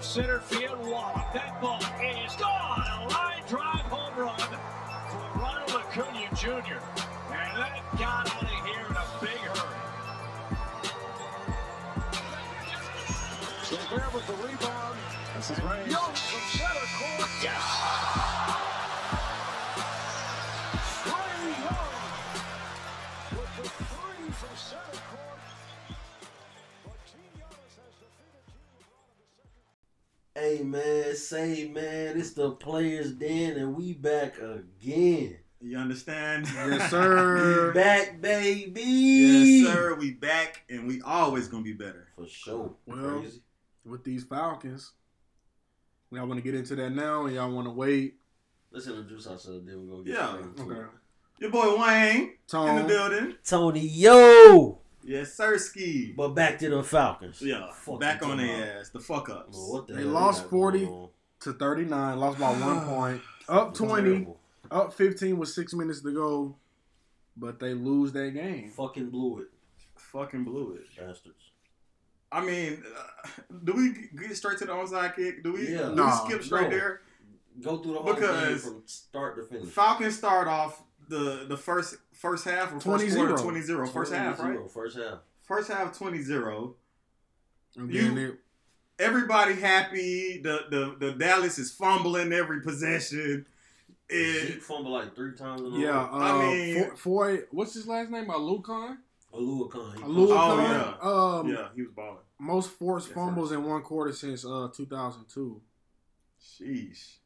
center field wall. That ball is gone. A line drive home run for Ronald Acuna Jr. And that got out of here in a big hurry. Gobert with the rebound. This is Ray. Young from center court. Yes. Ray Young with the three from center court. But Team Giannis has defeated Team Ronald. Hey man, say man, it's the players den and we back again. You understand? Yes, sir. Back baby. yes, sir. We back and we always gonna be better. For sure. Well, Crazy. With these Falcons, y'all want to get into that now, or y'all want to wait? Let's introduce ourselves, then we're gonna get Yeah, straight into Okay. Your boy Wayne in the Tone. building. it. Tony yo! Yes, Sirski. But back to the Falcons. Yeah, Fuck back you on talking their ass. The fuck ups. about. Well, what the They hell lost got 40. going on? to 39, lost by one point. Up 20, Terrible. up 15 with six minutes to go, but they lose that game. Fucking blew it. Fucking blew it. Bastards. I mean, uh, do we get straight to the onside kick? Do we, Yeah. do we Nah, skip no. straight there? Go through the whole game Because- from start to finish. Falcons start off the the first first half or first 20-0. quarter 20-0. First half, right? 20-0, First half. First half 20-0. And You- then it, everybody happy. The the the Dallas is fumbling every possession. Zeke And fumbled like three times in a yeah, row. uh, I mean- Foy- Foy, what's his last name? Uh, Alucon? Aluakon. he Alucon? Oh, yeah. Um, yeah, he was balling. Most forced Yeah, fumbles in one quarter since uh 2002. Sheesh,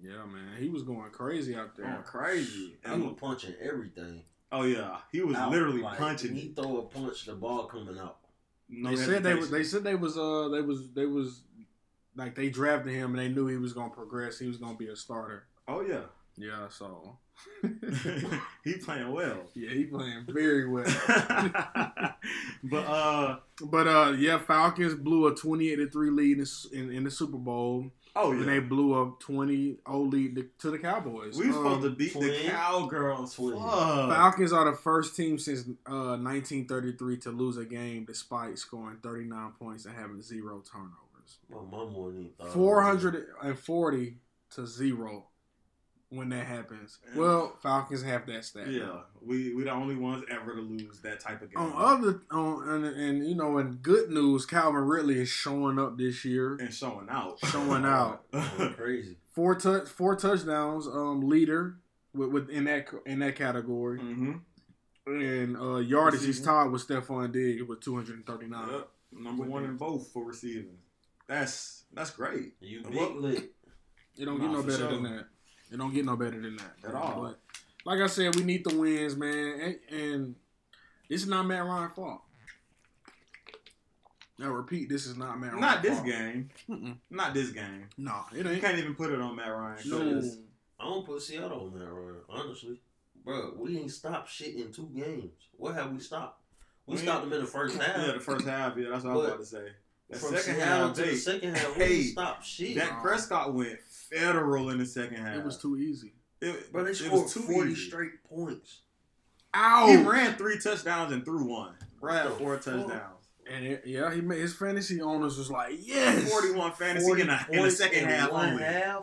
Yeah, man. He was going crazy out there. going crazy. He was punching everything. oh yeah, he was Out, literally like, punching. He throw a punch, the ball coming out. no they said they was hesitation. they said they was uh they was they was like they drafted him and they knew he was gonna progress. He was gonna be a starter. Oh yeah, Yeah, so he playing well. yeah, he playing very well. but uh but uh yeah, Falcons blew a twenty eight to three lead in, the s- in in the Super Bowl, oh and they yeah, blew a 20 lead to, to the Cowboys. we were Um, supposed to beat the twin. Oh, cowgirls. Twin. Fuck. Falcons are the first team since uh, 1933 to lose a game despite scoring 39 points and having zero turnovers. My mom wouldn't even thought. 440 to zero when that happens. Well, Falcons have that stat. Yeah, we we the only ones ever to lose that type of game. On other on and, and you know in good news, Calvin Ridley is showing up this year, and showing out. Mm-hmm. showing out Going crazy. four touch four touchdowns, um leader with, with in that in that category, hmm and uh yardage he's Mhm. tied with Stephon Diggs with 239. Yep. Number one in both for receiving. That's that's great. You And big what- lick. It don't Nah, get no for better sure. than that. It don't get no better than that At all. But like I said, we need the wins, man, and, and this is not Matt Ryan's fault. I repeat, this is not Matt. Not Ryan's this fault. game. Mm-mm. Not this game. No, it You ain't. can't even put it on Matt Ryan. No, No. I don't put Seattle on that run, honestly. Bro, we ain't stopped shit in two games. What have we stopped? We We stopped ain't- them in the first half. Yeah, the first half. Yeah, that's what I was But about to say. The From second Seattle half, to the they- second half, we hey, ain't stopped shit. Dak Prescott went federal in the second half. it was too easy. It, Bro, they it scored was too 40 easy. straight points. He Ow! ran three touchdowns and threw one. Right, What the four fuck? touchdowns. And it, yeah, he made his fantasy owners was like, yes, Forty-one fantasy 40 in, a, in the points second in half one only. half?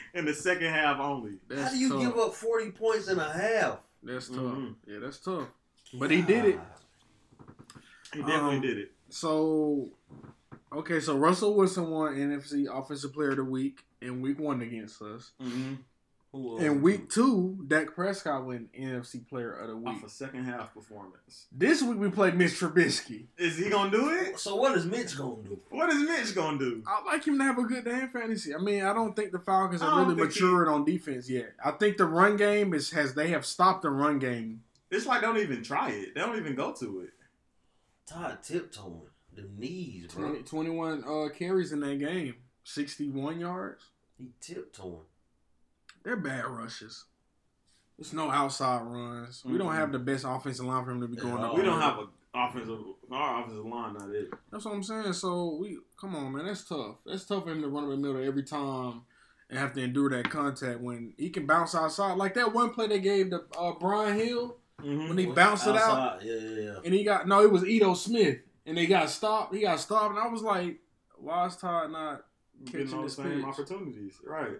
in the second half only. That's How do you tough. give up 40 points in a half? That's tough. Mhm. Yeah, that's tough. But he did it. Ah, He definitely Um, did it. So, okay, so Russell Wilson won NFC Offensive Player of the Week in Week One against us. Mm-hmm. Who else? In Week Two, Dak Prescott won NFC Player of the Week. Off a second half performance. This week we played Mitch Trubisky. Is he gonna do it? So what is Mitch gonna do? What is Mitch gonna do? I'd like him to have a good day in fantasy. I mean, I don't think the Falcons I are don't really think he- maturing on defense yet. I think the run game is has they have stopped the run game. It's like they don't even try it. They don't even go to it. Todd tiptoeing. The knees, bro. 20, 21 uh, carries in that game, sixty one yards. He tiptoeing. They're bad rushes. There's no outside runs. We don't Mhm. have the best offensive line for him to be At going up. all. We don't have a offensive our offensive line not it. That's what I'm saying. So we come on, man. That's tough. That's tough for him to run up the middle every time and have to endure that contact when he can bounce outside. Like that one play they gave to uh, Brian Hill when Mm-hmm. he bounced it out Outside, Yeah, yeah, yeah. and he got no, it was Edo Smith and they got stopped. He got stopped and I was like, why is Todd not getting Catching those his same pitch. opportunities. Right.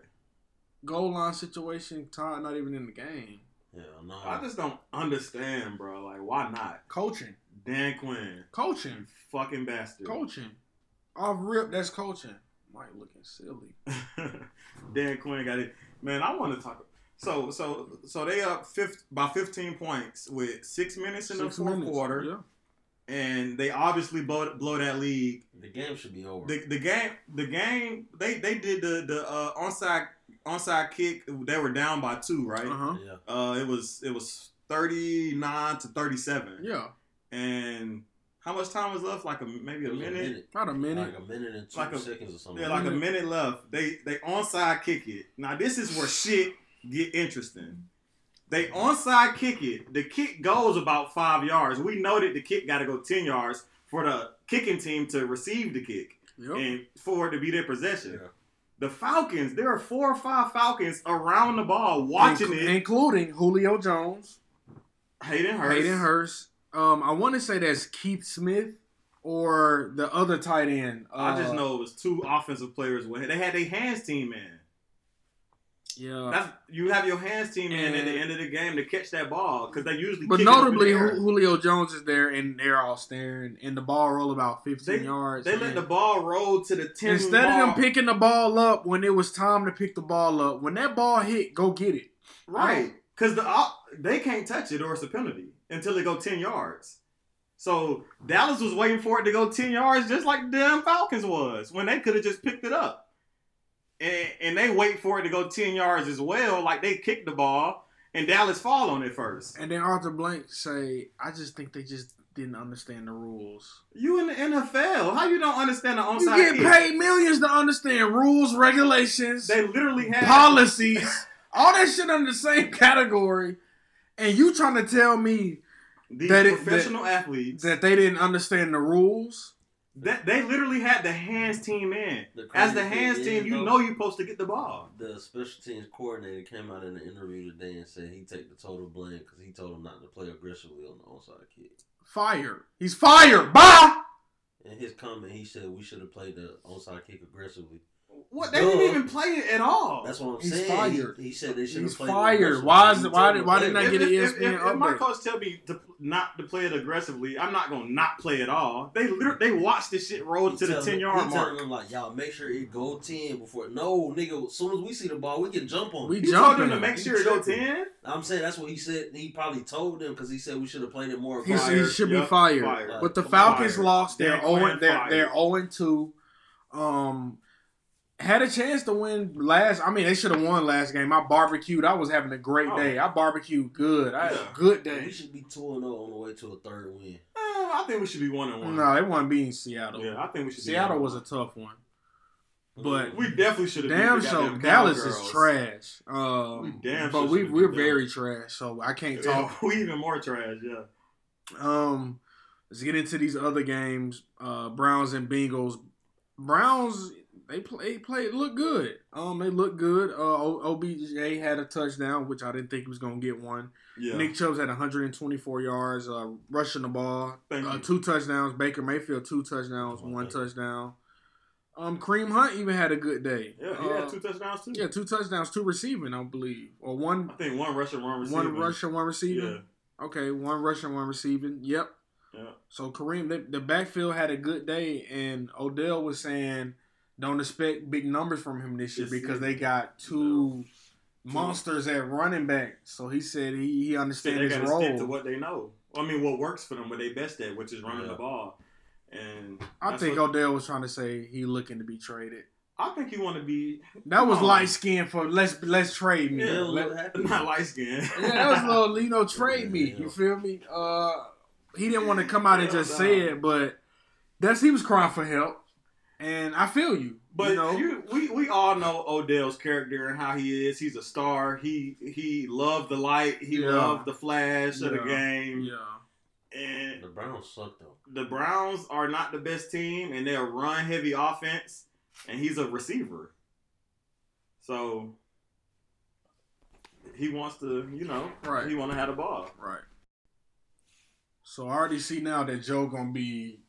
Goal line situation, Todd not even in the game. Hell no. I just don't understand, bro. Like, why not? Coaching, Dan Quinn, you coaching, fucking bastard. coaching. Off rip, that's coaching. Mike looking silly. Dan Quinn got it. Man, I want to talk. So, so, so they up fifth by 15 points with six minutes in Six the fourth minutes, quarter, Yeah. and they obviously blow blow that lead the game should be over. The, the game, the game, they they did the the uh, onside onside kick. They were down by two, right? Uh huh. yeah. Uh, it was it was thirty nine to thirty seven, Yeah. and how much time was left? Like a maybe It a was minute, Not a minute. Like a minute and two Like a- seconds or something. yeah, like a Minute. minute left. They they onside kick it. Now this is where shit get interesting. They onside kick it. The kick goes about five yards. We know that the kick got to go ten yards for the kicking team to receive the kick Yep. and for it to be their possession. Yeah. The Falcons, there are four or five Falcons around the ball watching Inclu- it. including Julio Jones, Hayden Hurst. Hayden Hurst. Um, I want to say that's Keith Smith or the other tight end. I just Uh, know it was two offensive players. with- They had their hands team in. Yeah. That's, you have your hands team in at the And- end of the game to catch that ball because they usually. But kick it up in notably, the air. Ju- Julio Jones is there, and they're all staring, and the ball roll about 15 They- yards. they let and the ball roll to the ten. instead ball. of them picking the ball up when it was time to pick the ball up, when that ball hit, go get it. right, because the op- they can't touch it or it's a penalty until it go ten yards. So Dallas was waiting for it to go ten yards, just like the damn Falcons was when they could have just picked it up, and and they wait for it to go ten yards as well, like they kicked the ball and Dallas fall on it first. And then Arthur Blank say, "I just think they just didn't understand the rules. You in the NFL? How you don't understand the you onside get kick? paid millions to understand rules, regulations, They literally had policies, all that shit under the same category, and you trying to tell me these that it- professional athletes that they didn't understand the rules?" that they literally had the hands team in. The As the crazy hands thing team, is, you though- know you're supposed to get the ball. The special teams coordinator came out in the interview today and said he take the total blame because he told him not to play aggressively on the onside kick. Fire. He's fired. Bye. In his comment, he said we should have played the onside kick aggressively. What they Duh. didn't even play it at all. That's what I'm He's saying. fired. He, he said they should He's have played. it fired. aggressively. Why is- He why told did- him why to didn't play I get if, an if, if, ESPN if my update. coach tell me to, not to play it aggressively, I'm not gonna not play it all. They literally they watch this shit roll He to the telling- ten yard he mark. telling them like, y'all make sure it go ten before. No, nigga. As soon as we see the ball, we can jump on. We it. You told them jumping. to make He sure it go tripping. ten. I'm saying that's what he said. He probably told them because he said we should have played it more. He, aggressive. he should be Yup, fired. fired. But the Fired. Falcons lost. They're Dan Quinn zero. They're fired. they're zero two. Um, had a chance to win last. I mean, they should have won last game. I barbecued. I was having a great Oh. day. I barbecued good. I had Yeah. a good We day. should be two and zero on the way to a third win. Uh, I think we should be one and one. No, they weren't beating Seattle. Yeah, I think we should. Seattle be was a tough one. But We definitely should Damn, have. so Dallas is trash. We Um, damn sure but we should've we're beat them. very trash. So I can't talk. we even more trash. Yeah. Um, let's get into these other games. Uh, Browns and Bengals. Browns they play played look good. Um, they look good. Uh, O- OBJ had a touchdown, which I didn't think he was gonna get one. Yeah. Nick Chubb's had 124 yards, uh, rushing the ball, Thank uh, you. two touchdowns. Baker Mayfield two touchdowns, Come on, one Baker. touchdown. Um, Kareem Hunt even had a good day. yeah, he Uh, had two touchdowns too. yeah, two touchdowns, two receiving, I believe, or one I think one rush and one receiver. one rush and one receiving. Yeah. Okay, one rushing, one receiving. Yep. Yeah. So Kareem, the, the backfield had a good day, and Odell was saying, "Don't expect big numbers from him this year This because year. they got two monsters at running back." So he said he he They, understands they his gotta stick to role. what they know. I mean, what works for them, what they best at, which is running Yeah. the ball. And I that's think what- Odell was trying to say he looking to be traded. I think you want to be That was Come on. light skin for let's let's trade me. Yeah, Bill, Let- what happened? not light skinned. Yeah, that was a little, you know, trade me. You feel me? Uh, he didn't want to come out and just say it, but that's he was crying for help, and I feel you. But you know, you, we we all know Odell's character and how he is. He's a star. He he loved the light. He Yeah. loved the flash of the Yeah. game. yeah, And The Browns suck though. the Browns are not the best team, and they're a run heavy offense. And he's a receiver, so he wants to, you know, Right. he want to have the ball. right. So I already see now that Joe gonna be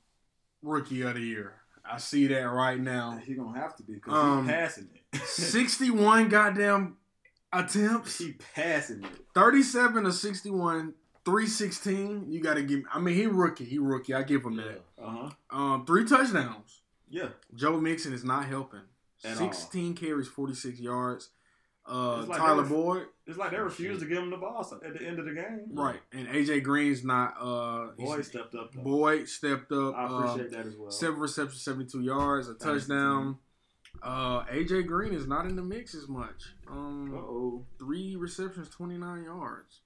rookie of the year. I see that right now. He gonna have to be because Um, he passing it. 61 goddamn attempts. He passing it. 37 to 61, 316. You got to give I mean, he rookie. He rookie. I give him that. Uh huh. Um, three touchdowns. Yeah. Joe Mixon is not helping. At 16 carries, 46 yards. Uh, It's like Tyler they were- Boyd, It's like they refused to give him the ball so- at the end of the game. Oh, right, and AJ Green's not. Uh, he's- Boy stepped up. though. Boyd stepped up. I uh, appreciate that as well. Seven receptions, 72 yards, a Thanks, touchdown. Uh, AJ Green is not in the mix as much. Uh Um, oh. three receptions, 29 yards.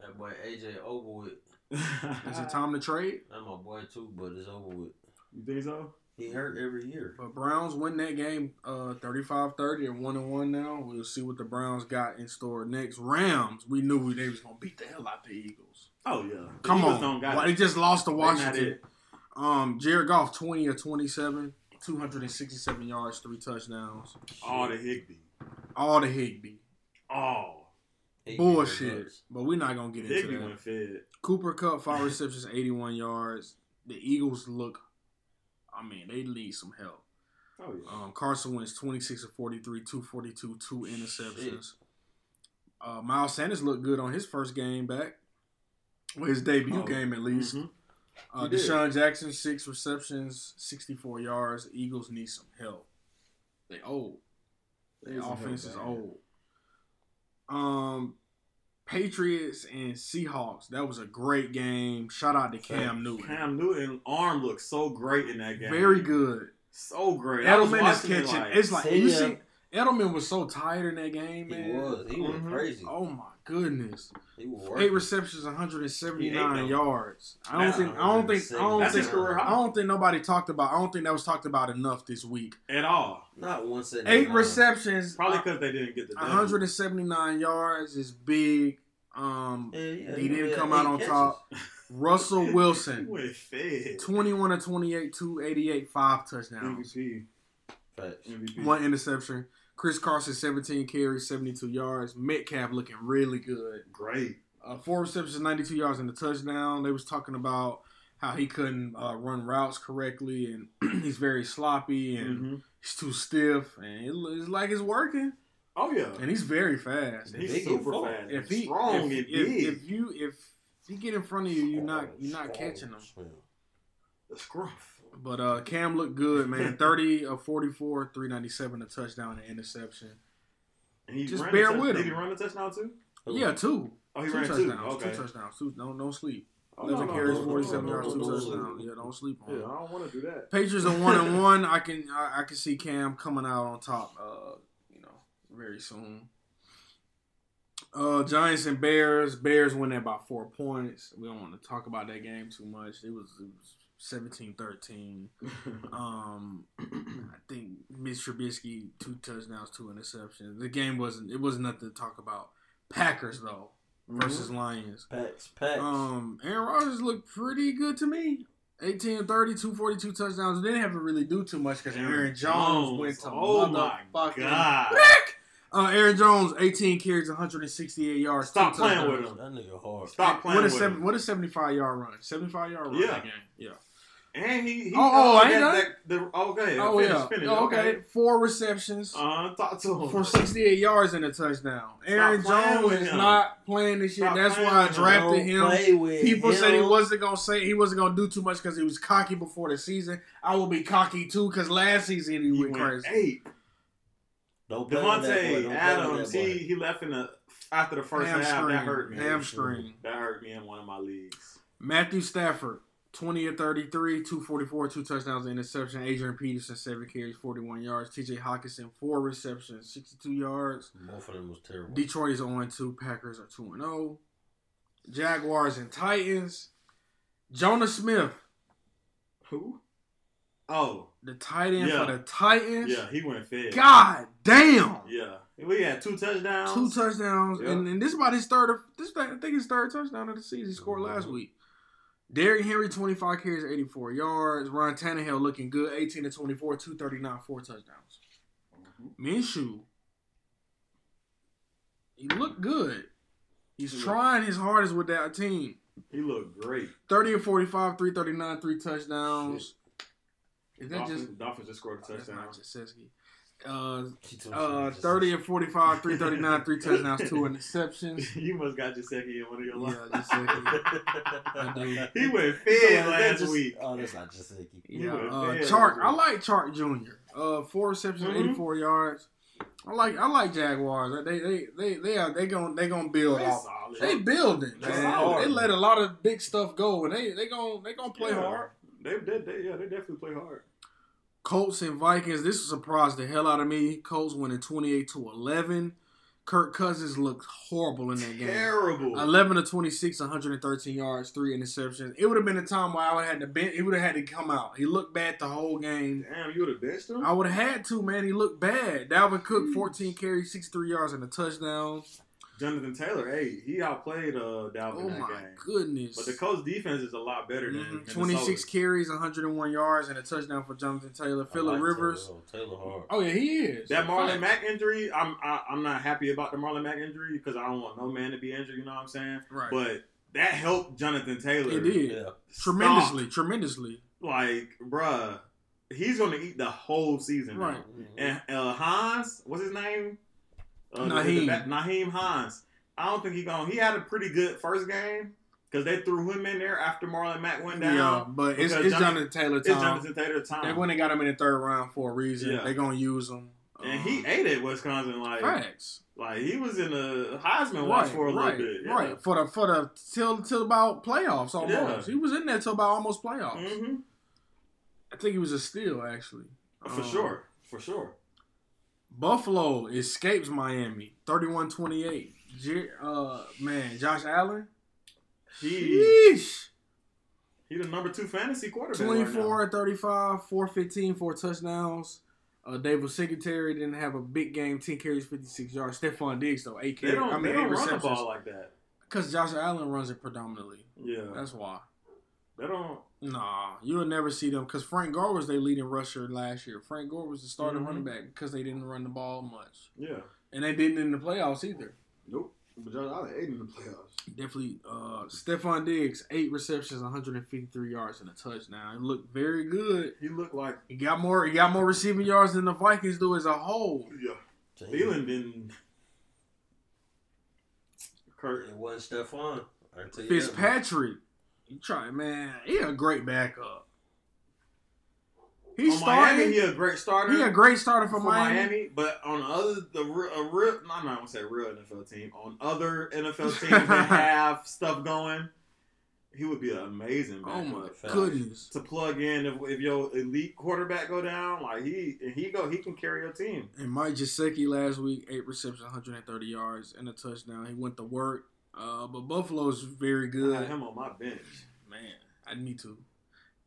That boy AJ over with. Is Ah. it time to trade? That my boy too, but it's over with. You think so? He hurt every year. But Browns win that game uh 35-30 and one and one now. We'll see what the Browns got in store next. Rams, we knew they was gonna beat the hell out the Eagles. Oh yeah. The Come Eagles on. Don't got Why, it. they just lost to They not Washington. it. Um Jared Goff 20 or 27, 267 yards, three touchdowns. All the Higby. All the Higby. All. He Bullshit. gives But we're not gonna get into Higby that. went fed. Cooper Cup, five receptions, 81 yards. The Eagles look I mean, they need some help. Oh yeah. Um, Carson Wentz, 26 of 43, 242, two interceptions. Uh, Miles Sanders looked good on his first game back, well, his debut Oh. game at least. Mhm. Uh, He did. Deshaun Jackson, six receptions, 64 yards. Eagles need some help. They old. Need Their some help, offense is man. old. Um, Patriots and Seahawks. That was a great game. Shout out to Cam Newton. Cam Newton arm looked so great in that game. Very good. So great. I was Edelman is watching it catching. it's like you See ya. see, Edelman was so tired in that game, He man. was. He went Mhm. crazy. Oh my goodness! He was Eight working. receptions, 179 He ate them. yards. I don't That's think. I don't think. I don't That's his think. career I high. don't think nobody talked about. I don't think that was talked about enough this week. At all. Not one set. Eight receptions, Probably uh, because they didn't get the W. 179 yards is big. Um, Yeah, yeah, He didn't had come out eight on catches. top. Russell He Wilson, went fed. 21 to 28, 288, five touchdowns. MVP. Facts. MVP. one interception. Chris Carson, 17 carries, 72 yards. Metcalf looking really good. Great. Uh, four receptions, 92 yards, and a touchdown. They was talking about how he couldn't uh, run routes correctly, and he's very sloppy, and Mhm. he's too stiff, and it looks like it's working. Oh yeah. And he's very fast. And He's big and super full. fast. If he strong if, and if, big. if you if he get in front of you, you're not you're not catching him. the scruff. But uh, Cam looked good, man. 30 of 44, 397, a touchdown, and interception. And he Just ran bear a touch- with Did he him. run a touchdown too? Yeah, two. Oh, he Two ran touchdowns. two. Okay. Two touchdowns. Two. No, no sleep. Oh, no, Eleven no, carries, no, no, forty-seven no, yards, no, two no, no. touchdowns. Yeah, don't sleep on. Yeah, I it. don't want to do that. Patriots are one and one. I can I, I can see Cam coming out on top. Uh, you know, very soon. Uh, Giants and Bears. Bears win that by four points. We don't want to talk about that game too much. It was, it was 17-13. Um, I think Mitch Trubisky two touchdowns, two interceptions. The game wasn't. It wasn't nothing to talk about. Packers though versus Lions. Packs, packs. Um, Aaron Rodgers looked pretty good to me. 18 and 30, 242 touchdowns. They didn't have to really do too much because Aaron, Jones, went to oh my motherfucking. god. Uh, Aaron Jones, 18 carries, 168 yards. Stop two playing touchdowns. with that him. nigga hard. Stop playing What a, with seven, him. what a 75 yard run. 75 yard run. Yeah. that game. Yeah. And he, he Oh, oh, uh, I ain't that, done. that, the, oh, okay. oh, finish, yeah. Finish. Oh, okay. Four receptions Uh, talk to him. for 68 yards and a touchdown. Aaron playing Jones with is him. not playing this year. Stop That's playing why I with him. drafted Don't him. play with People said he him. wasn't gonna say he wasn't gonna do too much because he was cocky before the season. I will be cocky too because last season he, He went, went crazy. eight. Don't play with that boy. Don't Devontae play Adams, with that boy. he, he left in the after the first half. That hurt Hamstring, me. hamstring. That hurt me in one of my leagues. Matthew Stafford, twenty of thirty-three, two forty-four, two touchdowns, and interception. Adrian Peterson, seven carries, forty-one yards. T.J. Hawkinson, four receptions, sixty-two yards. Both of them was terrible. Detroit is 0 2. Packers are 2 0. Jaguars and Titans. Jonah Smith, Who? Oh, the tight end Yeah. for the Titans. yeah, he went fed. God damn. Yeah, we had two touchdowns. Two touchdowns. Yeah. And, and this is about his third, this, I think his third touchdown of the season. He scored Mhm. last Mm-hmm. week. Derrick Henry, 25 carries, 84 yards. Ron Tannehill looking good, 18 to 24, 239, four touchdowns. Mhm. Minshew, he looked good. He's He looked- trying his hardest with that team. He looked great. 30 and 45, 339, three touchdowns. Is that Dolphins, just Dolphins just scored a oh, that's touchdown. not Jaceski? Uh, uh, thirty and forty-five, three thirty-nine, three touchdowns, two interceptions. you must got Jaceki in one of your Yeah, lines. Jasecki. He went Is fed that last just- week. Oh, that's not just Hickey. You Yeah, a uh, fan. Chark. I like Chark Jr. Uh, four receptions, Mhm. eighty-four yards. I like I like Jaguars. They they they they are they gonna they gonna build They off. solid. They building. They man. solid. They let a lot of big stuff go, and they they gonna they gonna play Yeah. hard. They, they, they, yeah, they definitely play hard. Colts and Vikings. This surprised the hell out of me. Colts winning twenty-eight to eleven. Kirk Cousins looked horrible in that game. Terrible. 11 to 26, 113 yards, three interceptions. It would have been a time where I would have had to bench. It would have had to come out. He looked bad the whole game. Damn, you would have benched him. I would have had to, man. He looked bad. Dalvin Hmm. Cook, 14 carries, 63 yards, and a touchdown. Jonathan Taylor, hey, he outplayed uh, Dalvin Oh, that my game. goodness. But the Colts defense is a lot better than Mhm. Minnesota's. 26 carries, 101 yards, and a touchdown for Jonathan Taylor. I Phillip like Rivers. Taylor, Taylor Hart. Oh, yeah, he is. That Marlon Facts. Mack injury, I'm I, I'm not happy about the Marlon Mack injury because I don't want no man to be injured. You know what I'm saying? Right. But that helped Jonathan Taylor. It did. Yeah. stop. Tremendously, tremendously. Like, bruh, he's gonna eat the whole season. now. Right. And uh, Hans, what's his name? Uh, the- Naheem. the back- Naheem Hans. I don't think he gone. He had a pretty good first game because they threw him in there after Marlon Mack went down. yeah, but it's, because it's Jonathan- Jonathan Taylor It's time. Jonathan Taylor time. They went and got him in the third round for a reason. Yeah. They're gonna use him. Oh, and uh, he ate at Wisconsin like facts. like he was in the Heisman watch Right, for a right, little bit. Yeah. right. For the for the till till about playoffs almost. He Yeah. was in there till about almost playoffs. hmm I think he was a steal actually. For Um, sure. For sure. Buffalo escapes Miami 31-28. Jer- uh man, Josh Allen. He Yeesh. he the number two fantasy quarterback. right now. 24 and 35, 415, four touchdowns. Uh, David Secretary didn't have a big game, 10 carries, 56 yards. Stephon Diggs, though, 8 They carries. don't, I mean, they 8 don't run the receptions. ball like that. Because Josh Allen runs it predominantly. Yeah. That's why. They don't Nah, you'll never see them because Frank Gore was their leading rusher last year. Frank Gore was the starting Mhm. running back because they didn't run the ball much, yeah. and they didn't in the playoffs either. Nope. But Josh Allen ate in the playoffs. Definitely, uh, Stephon Diggs eight receptions, 153 yards, and a touchdown. It looked very good. He looked like He got more. He got more receiving yards than the Vikings do as a whole. yeah. Damn. Thielen didn't Kirk. It wasn't Stephon. I can tell you that. Fitzpatrick, you try, man. He a great backup. He on Miami, he started. a great starter. He a great starter for, for Miami. Miami. but on other the re- a real, no, I'm not gonna say real NFL team. On other NFL teams that have stuff going, he would be an amazing. Oh backup. my Facts. goodness. To plug in if, if your elite quarterback go down, like he and he go, he can carry your team. And Mike Gesicki last week, eight receptions, 130 yards, and a touchdown. He went to work. Uh, but Buffalo's very I had good. him on my bench. Man, I need to.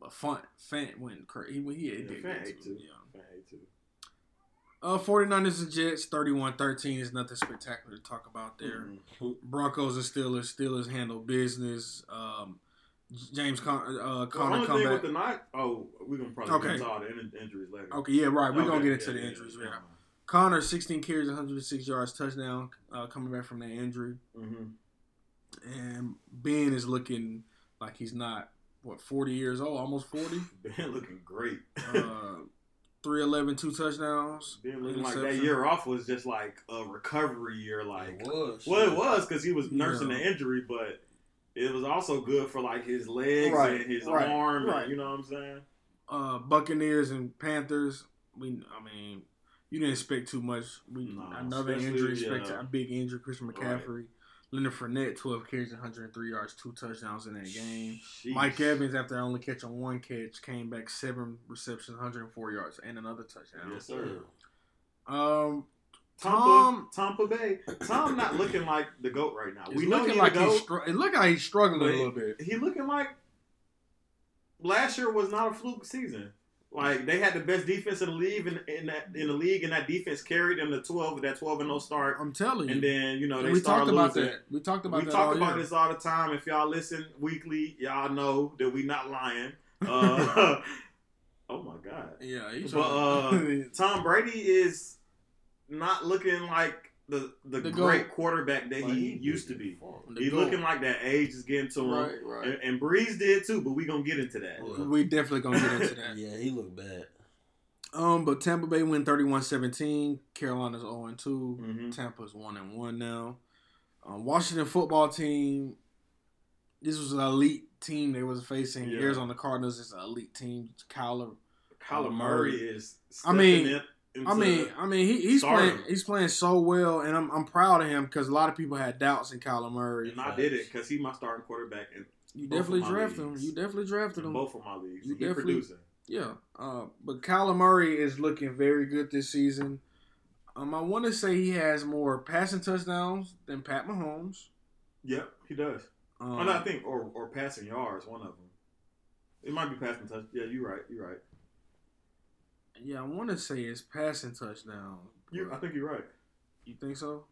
But Fant, Fant went crazy. He, he, he Yeah, did Fant good ate too. too. Yeah. I hate to. Uh, 49ers and Jets, 31-13 is nothing spectacular to talk about there. Mhm. Broncos and Steelers. Steelers handle business. Um, James Con- uh, The only Conner thing comeback. with the night, oh, we're gonna probably Okay. get to all the in- injuries later. Okay, yeah, right. We're going to Okay, get into yeah, the yeah, injuries. yeah. Yeah. Connor, 16 carries, 106 yards, touchdown, uh, coming back from that injury. Mhm. and Ben is looking like he's not what 40 years old, almost 40. Ben looking great. Uh, 311, two touchdowns. Ben looking like that Interception. year off was just like a recovery year. Like it was. Well, it was because he was Yeah. nursing the injury, but it was also good for like his legs Right, and his right, arm. and- right. you know what I'm saying? Uh, Buccaneers and Panthers. We, I mean, you didn't expect too much. We No, another especially, injury, yeah. expect a big injury. Christian Right. McCaffrey, Leonard Fournette, 12 carries, 103 yards, two touchdowns in that game. Sheesh. Mike Evans, after only catching one catch, came back seven receptions, 104 yards, and another touchdown. Yes, sir. Um, Tampa, Tampa Bay. Tom not looking like the goat right now. we we know looking he's like the he's goat. str- it look like he's struggling but a little bit. He looking like last year was not a fluke season. Like they had the best defense in the league in, in that in the league, and that defense carried them to twelve. That twelve and no start, I'm telling you. and then you know And they we start talked about losing. that. We talked about we that. talk all about year. this all the time. If y'all listen weekly, y'all know that we not lying. Uh, oh my god, uh, Yeah, he's But, Tom Brady is not looking like the the, The great GOAT. quarterback that Like, he, big used to as be. fuck. The He goat. looking like that age is getting to him, right, right. and, and Breeze did too. But we gonna get into that. Well, We definitely gonna get into that. Yeah, he looked bad. Um, but Tampa Bay win 31-17. Carolina's 0-2. Mhm. Tampa's 1-1 now. Um, Washington football team, this was an elite team they was facing. Yeah. Arizona Cardinals is an elite team. Kyler, Kyler Murray is. I mean- stepping in- I into- mean, I mean, he, he's Sorry. playing, he's playing so well, and I'm, I'm proud of him because a lot of people had doubts in Kyler Murray. and I did it because he my starting quarterback in, You Both of definitely my drafted him. leagues. You definitely drafted in him. both of my leagues. You He definitely- producing. Yeah, uh, but Kyler Murray is looking very good this season. Um, I want to say he has more passing touchdowns than Pat Mahomes. Yep, he does. Um, Oh, no, I think or or passing yards, one of them. It might be passing touch. Yeah, you're right. You're right. yeah, I want to say it's passing touchdowns. You, I think you're right. You think so?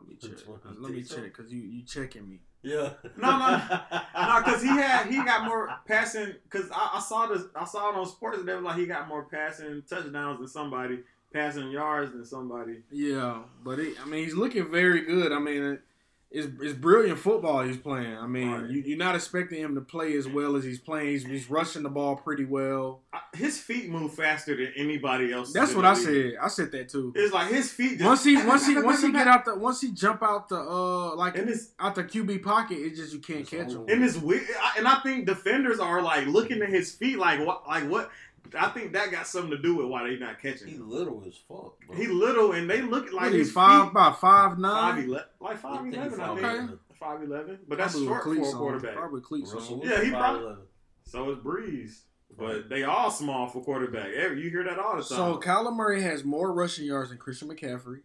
Let me check. Which one? You Let me think so? check because you you checking me. Yeah. No, No, because he had he got more passing. Because I, I saw this, I saw it on sports, and they were like he got more passing touchdowns than somebody, passing yards than somebody. Yeah, but it, I mean he's looking very good. I mean, it- it's it's brilliant football he's playing. I mean, Right. you, you're not expecting him to play as well as he's playing. He's, he's rushing the ball pretty well. I, his feet move faster than anybody else. That's in what the I league. said. I said that too. It's like his feet. Just, once he once he once he get out the once he jump out the uh like and it's out the QB pocket, it's just you can't It's catch him. over. and it's weird. I, and I think defenders are like looking at his feet, like what, like what. I think that got something to do with why they not catching. he him. little as fuck, bro. He little, and they look like Like he's his five feet- by five five nine. eleven, like five He eleven. I five think eleven. five eleven, but that's Probably short for a cleats on. quarterback. Probably cleats on. Russell Yeah, he Wilson, five probably- eleven. So is Breeze. But they all small for quarterback. Every, you hear that all the time. So Kyler Murray has more rushing yards than Christian McCaffrey,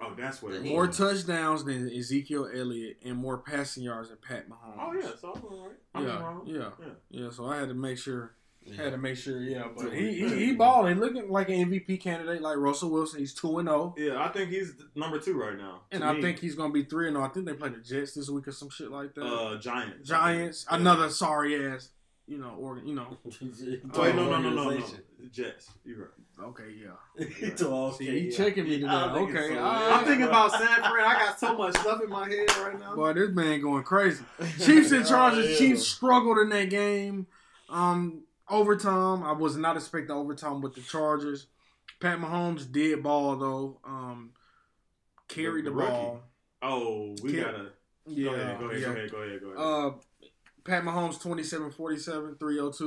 oh, that's what it Yeah. more was. touchdowns than Ezekiel Elliott, and more passing yards than Pat Mahomes. Oh yeah, so I'm all right. I'm Yeah, wrong. yeah, Yeah. yeah. So I had to make sure, had Yeah. to make sure, yeah. But Dude. he he, he balling, looking like an MVP candidate, like Russell Wilson. He's two and oh. zero, Yeah, I think he's th- number two right now. and To I me. think he's gonna be three and zero. I think they play the Jets this week or some shit like that. uh, Giants. Giants, Yeah. another sorry ass, you know, or you know. Oh, Wait, no, no, no, no, no. Jets. You're right. Okay, yeah. He told See, you checking me today? I don't think it's Okay, so. all I'm right. thinking about San Fran. I got so much stuff in my head right now. Boy, this man going crazy. Chiefs and Chargers. Oh, yeah. Chiefs struggled in that game. Um, overtime. I was not expecting overtime with the Chargers. Pat Mahomes did ball though. Um, carried The- the, the ball. oh, we Kid- gotta. Yeah, go ahead. Go ahead. yeah. Go ahead. Go ahead. Go ahead. Uh, Pat Mahomes 27-47, 302.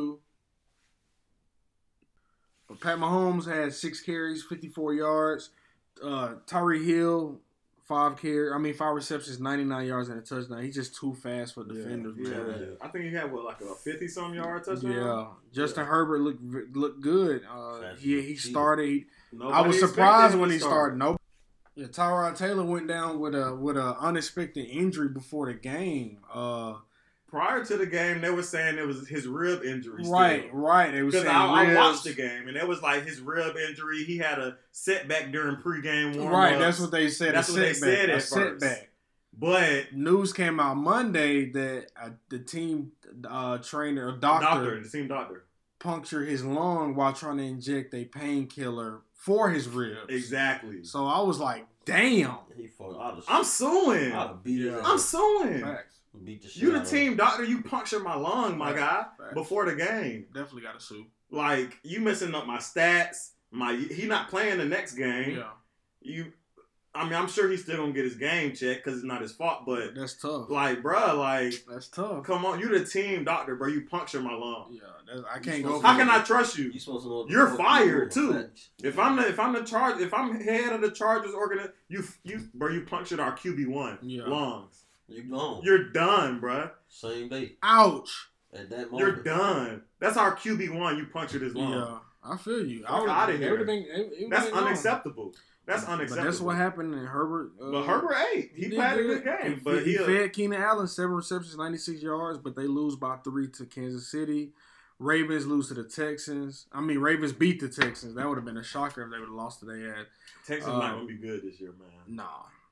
But Pat Mahomes had six carries, 54 yards. Uh, Tyree Hill, five carry. I mean, five receptions, 99 yards and a touchdown. He's just too fast for defenders, yeah, man. yeah. I think he had what like a fifty some yard touchdown. Yeah, Justin Yeah. Herbert looked v- looked good. Uh, Fast yeah, as a he cheetah. started. Nobody I was expected surprised him when to he start. started. Nope. Yeah, Tyrod Taylor went down with a with a unexpected injury before the game. Uh, Prior to the game, they were saying it was his rib injury. still. right, right. They was Because saying I, I ribs. watched the game and it was like his rib injury. He had a setback during pregame warm Right, that's what they said. That's a what they setback, said a at first. setback. But News came out Monday that uh, the team uh, trainer, a doctor, doctor, the team doctor, punctured his lung while trying to inject a painkiller for his ribs. exactly. So I was like, damn. He fucked. I'd I'm have suing. beat his Yeah. I'm ass. suing. Facts. Beat the shit You the out of him. team doctor. You punctured my lung, my Right. guy, Facts. before the game. Definitely got to sue. Like you messing up my stats. My he not playing the next game. Yeah, You, I mean, I'm sure he's still gonna get his game checked because it's not his fault. But that's tough. like, bruh, like, That's tough. come on, you the team doctor, bro. You punctured my lung. Yeah, that's, I can't go. How for can that. I trust you? You supposed to know. what the You're fuck fired, you doing. too. If I'm the if I'm the charge if I'm head of the Chargers organ you you bro you punctured our QB one Yeah. lungs you gone. you're done bruh Same day Ouch. at that moment. you're done that's our QB one you punctured his lung Oh. Yeah, I feel you. Fuck I would outta have here. been. it- it that's would've been wrong. unacceptable that's But unacceptable that's what happened in Herbert. uh, but Herbert ate he, did played a good game He- but he, he, fed Keenan Allen seven receptions, ninety six yards, but they lose by three to Kansas City. Ravens lose to the Texans. I mean, Ravens beat the Texans. That would have been a shocker if they would have lost today. At Texas Uh, not gonna be good this year man nah,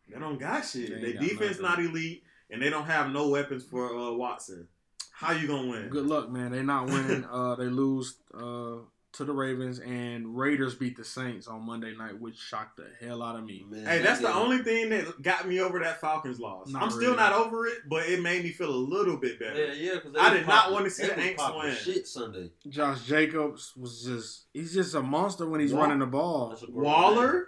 they don't got shit They ain't their got defense nothing. not elite and they don't have no weapons for uh, Watson how you gonna win good luck, man. They're not winning. uh, they lose uh, to the Ravens, and Raiders beat the Saints on Monday night, which shocked the hell out of me. Man, Hey, that's that the game- only thing that got me over that Falcons loss. Not I'm still really. not over it, but it made me feel a little bit better. Yeah, yeah. 'cause they I was did not popping- wanna see they the was Aints popping win. Shit Sunday. Josh Jacobs was just—he's just a monster when he's Wa- running the ball. That's a grown man. Waller,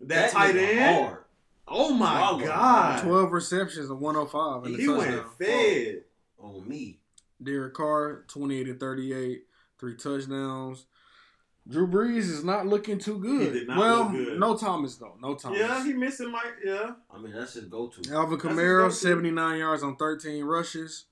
that, tight nigga end. hard. Oh my Waller. god, Twelve receptions and 105 and a he touchdown. went fed. on me. Derek Carr, 28 to 38, three touchdowns. Drew Brees is not looking too good. He did not well, look good. no Thomas though. No Thomas. Yeah, he missing my yeah. I mean, that's his go-to. Alvin That's his Kamara, go-to. 79 yards on 13 rushes.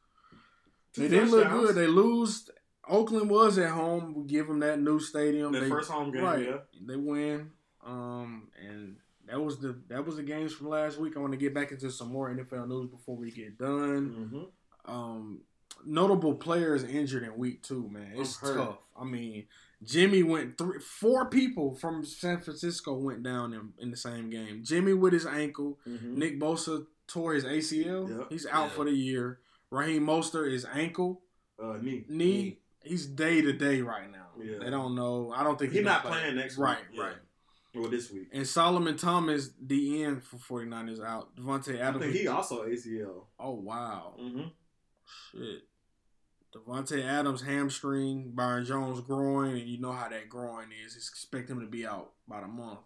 Two they didn't look touchdowns. good. They lose. Oakland was at home. We give them that new stadium. Their they, first home game, right. yeah. They win. Um, and that was the that was the games from last week. I want to get back into some more NFL news before we get done. Mm-hmm. um notable players injured in week two, man. I'm It's hurt. tough. I mean, Jimmy went three four people from San Francisco went down in, in the same game. Jimmy with his ankle. Mm-hmm. Nick Bosa tore his ACL. Yeah. He's out Yeah. for the year. Raheem Mostert is ankle, Uh, knee. knee. He's day to day right now. Yeah. They don't know. I don't think He he's gonna not play. playing next Right, week. Yeah. right. Well, this week. And Solomon Thomas, DN for 49ers out. Devontae I Adams. think he also ACL. oh wow. Mm-hmm. Shit. Devontae Adams hamstring, Byron Jones groin, and you know how that groin is. It's expect him to be out about a month.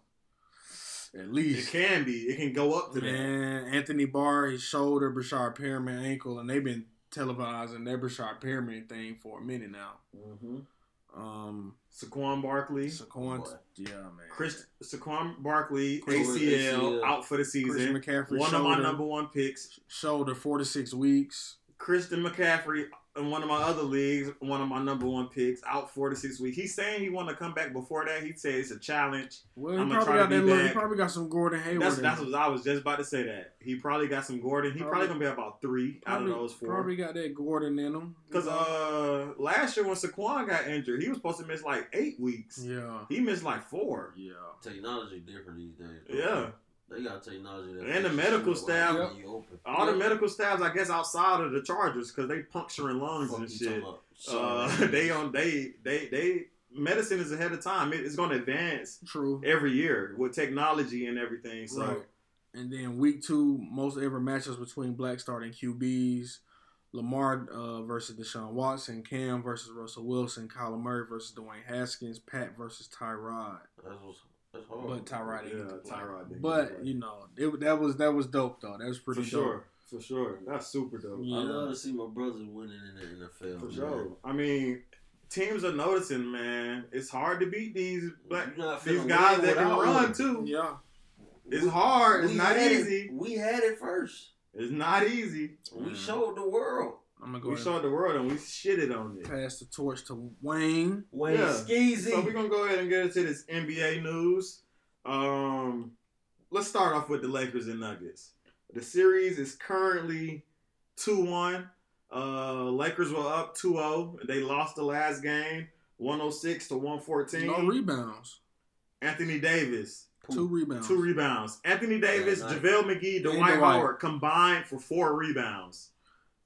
At It least. can be. It can go up to that. Man, Anthony Barr, his shoulder, Brashard Perriman ankle, and they've been televising their Brashard Perriman thing for a minute now. Mm-hmm. Um Saquon Barkley. Saquon, Boy. yeah, man. Chris Saquon Barkley Chris- ACL, ACL. out for the Christian season. McCaffrey One of shoulder, my number one picks, shoulder four to six weeks. Christian McCaffrey, in one of my other leagues, one of my number one picks, out four to six weeks. He's saying he want to come back before that. He said it's a challenge. Well, he I'ma probably try to got be that little, he back. probably got some Gordon Hayward. That's in that's him. what I was just about to say. That he probably got some Gordon. He probably, Probably- gonna be about three probably, out of those four. probably got that Gordon in him. Because uh, last year when Saquon got injured, he was supposed to miss like eight weeks. yeah. He missed like four. Yeah. Technology different these days. bro. Yeah. They got technology. That And the fixes medical shit up staff- right when you open. All the medical staffs, I guess, outside of the Chargers, because they puncturing lungs Fuck and you shit. talking about? Sorry. Uh, they on they they they medicine is ahead of time. It- it's gonna advance True. every year with technology and everything. So right. And then week two, most ever matches between black starting QBs. Lamar uh, versus Deshaun Watson, Cam versus Russell Wilson, Kyler Murray versus Dwayne Haskins, Pat versus Tyrod. That's, what's- that's hard. But Tyrod didn't Oh, Yeah, get to play. Tyrod didn't get to But play. you know, it, that was that was dope though. That was for pretty dope. sure, for sure, that's super dope. Yeah. I love to see my brothers winning in the NFL. For man. sure. I mean, teams are noticing, man. It's hard to beat these black You're not these finna guys win that can without run one. too. Yeah. It's hard. It's We not had it- easy. Mm-hmm. we had it first. It's not easy. We Mhm. showed the world. I'm gonna go We ahead showed the world and we shitted on and it. pass the torch to Wayne. Wayne Yeah. Skeezy. So we're gonna go ahead and get into this NBA news. Um, let's start off with the Lakers and Nuggets. The series is currently two one. Uh, Lakers were up 2-0. They lost the last game, one hundred six to one fourteen. No rebounds. Anthony Davis Two rebounds. two rebounds. Anthony Davis, Yeah, nice. JaVale McGee, Dwight, Dwight. Howard combined for four rebounds.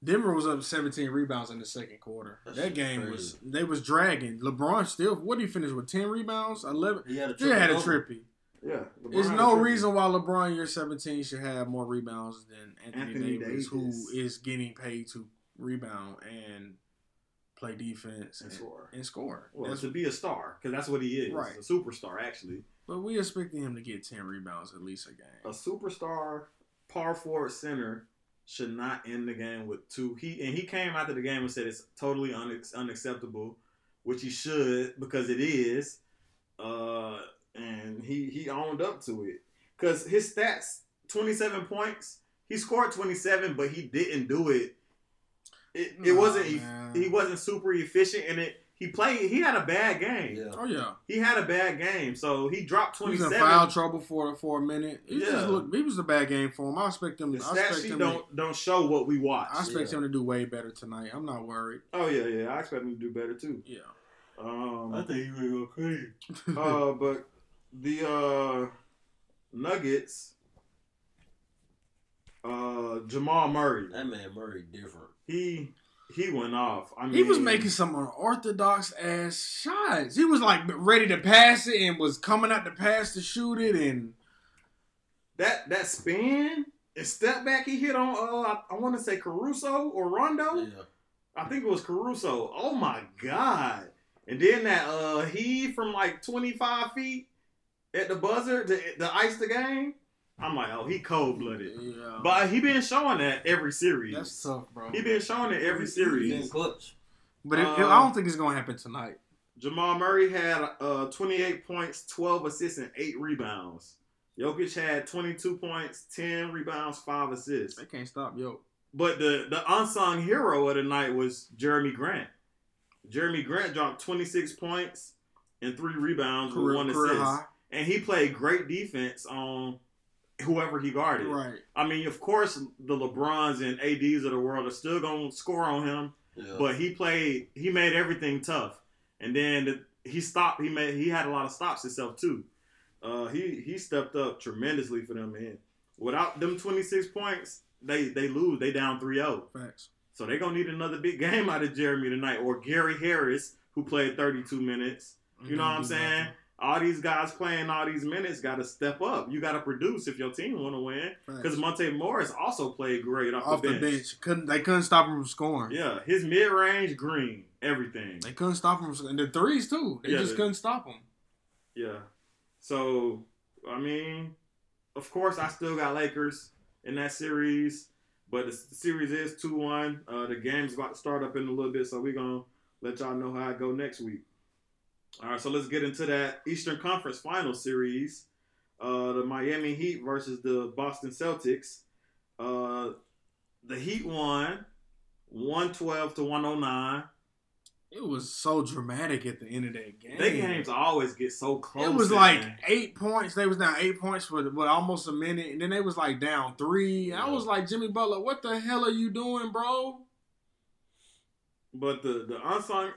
Denver was up 17 rebounds in the second quarter. That that shit's game crazy. was they was dragging. LeBron still what did he finish with 10 rebounds, 11. He had a Still had a triple-double. trippy. Yeah, LeBron There's had no a triple. reason why LeBron year 17 should have more rebounds than Anthony, Anthony Davis, Davis. who is getting paid to rebound and play defense And and, score. and score. Well, That's- to be a star, because that's what he is. Right. A superstar, actually. but we expecting him to get 10 rebounds at least a A game. superstar par forward center should not end the game with two. He and he came after the game and said it's totally unex unacceptable, which he should because it is. Uh, and he he owned up to it because his stats twenty seven points. He scored twenty seven, but he didn't do it. It, it Nah, wasn't eff- man. he wasn't super efficient and it. He played. He had a bad game. Yeah. Oh yeah, He had a bad game, so he dropped he was in 27. foul trouble for for a minute. He Yeah. just looked. He was a bad game for him. I expect him. The I stat expect sheet him. don't To, don't show what we watch. I expect Yeah. him to do way better tonight. I'm not worried. Oh yeah, yeah. I expect him to do better too. Yeah. I Um, think he gonna go crazy. uh, but the uh, Nuggets, uh, Jamal Murray, That man Murray different. he he went off. I mean, He was making some unorthodox ass shots. He was like ready to pass it and was coming out to pass to shoot it. And that that spin and step back he hit on. Uh, I, I want to say Caruso or Rondo. Yeah. I think it was Caruso. Oh my god! And then that uh he from like twenty five feet at the buzzer to, to ice the game. I'm like, oh, he cold blooded. yeah, But he been showing that every series. that's tough, bro. he been um, showing it Getting every series. clutch. But it, it- I don't think it's gonna happen tonight. Jamal Murray had uh 28 points, 12 assists, and eight rebounds. Jokic had 22 points, 10 rebounds, five assists. They can't stop yo. But the the unsung hero of the night was Jeremy Grant. Jeremy Grant dropped 26 points and three rebounds with Career, one career assist, high, and he played great defense on whoever he guarded. right? I mean, of course, the LeBrons and ADs of the world are still gonna score on him, Yeah. but he played. He made everything tough, and then the, he stopped. He made. He had a lot of stops himself too. Uh, he he stepped up tremendously for them. And without them twenty six points, they they lose. They down 3-0. Facts. So they're gonna need another big game out of Jeremy tonight, or Gary Harris, who played thirty two minutes. Mm-hmm, You know what I'm saying? All these guys playing all these minutes got to step up. You got to produce if your team want to win. Because Because Monte Morris also played great off, off the bench. couldn't they couldn't stop him from scoring? Yeah, his mid range, green, everything. They couldn't stop him from and the threes too. They Yeah, just they- couldn't stop him. Yeah. So, I mean, of course, I still got Lakers in that series, but the s- series is 2 1. Uh, the game's about to start up in a little bit, so we're going to let y'all know how it go next week. All right, so let's get into that Eastern Conference Final Series. Uh, the Miami Heat versus the Boston Celtics. Uh, the Heat won 112 to 109. It was so dramatic at the end of that game. Their games always get so close. It was man. like eight points. They was down eight points for what almost a minute, and then they was like down three. And I Yeah. was like, Jimmy Butler, what the hell are you doing, bro? But the the unsung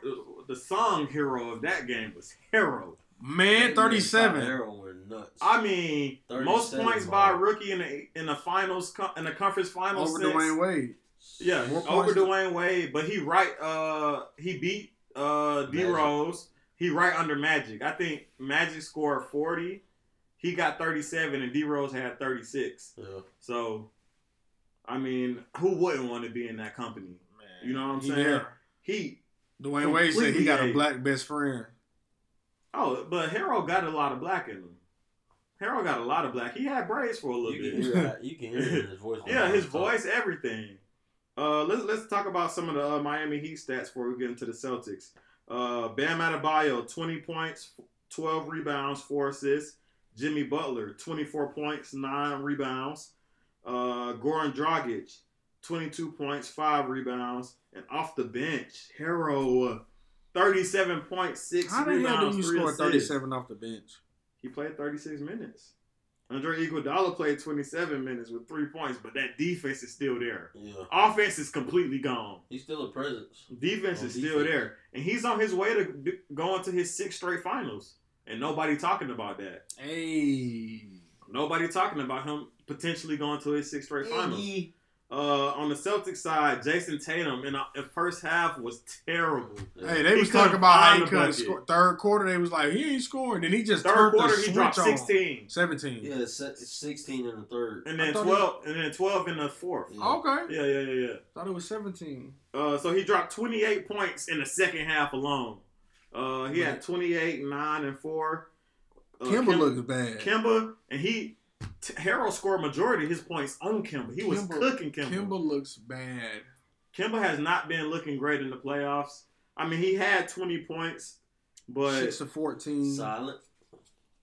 the song hero of that game was Hero. Man, thirty-seven. Arrow were nuts. I mean, most 37 points by a ball. rookie in the in the finals co- in the conference finals. Over since- Dwayne Wade. yeah, More over points than- Dwayne Wade. But he right uh he beat uh D Magic. Rose. He right under Magic. I think Magic scored forty. He got thirty seven, and D Rose had thirty six. yeah. So, I mean, who wouldn't want to be in that company? You know what I'm He saying? there. He Dwayne Wade said he got a Completely. black best friend. Oh, but Harold got a lot of black in him. Harold got a lot of black. He had braids for a little You can bit. hear that. You can hear it in his voice. when Yeah, he his talks. voice, everything. Uh, let's let's talk about some of the uh, Miami Heat stats before we get into the Celtics. Uh, Bam Adebayo, twenty points, twelve rebounds, four assists. Jimmy Butler, twenty-four points, nine rebounds. Uh, Goran Dragic, twenty-two points, five rebounds, and off the bench, Harold, thirty-seven point six How the rebounds. hell do you three score assists. thirty-seven off the bench? He played 36 minutes. Andre Iguodala played 27 minutes with three points, but that defense is still there. Yeah. Offense is completely gone. He's still a presence. Defense On is still defense. there, and he's on his way to d- going to his sixth straight finals, and nobody talking about that. Hey, Nobody talking about him potentially going to his sixth straight finals. Iggy. Uh, on the Celtics side, Jason Tatum in the first half was terrible. Yeah. hey, they He was talking couldn't about find how he a couldn't bucket. score. Third quarter, they was like he ain't scoring, and he just Third turned the quarter, he switch dropped on. 16, Seventeen. Yeah, se- 16 in the third. and I then thought 12, and then 12 in the fourth. Yeah. Okay, Yeah, yeah, yeah, yeah. thought it was seventeen. Uh, so he dropped 28 points in the second half alone. Uh, he had 28, 9, and 4. Uh, Kimber looks bad. Kimba, and he, t- Harold scored majority of his points on Kimba. He was Kimba- cooking Kimba. Kimber Kimba. looks bad. has not been looking great in the playoffs. I mean, he had 20 points, but, Six to fourteen. Silent.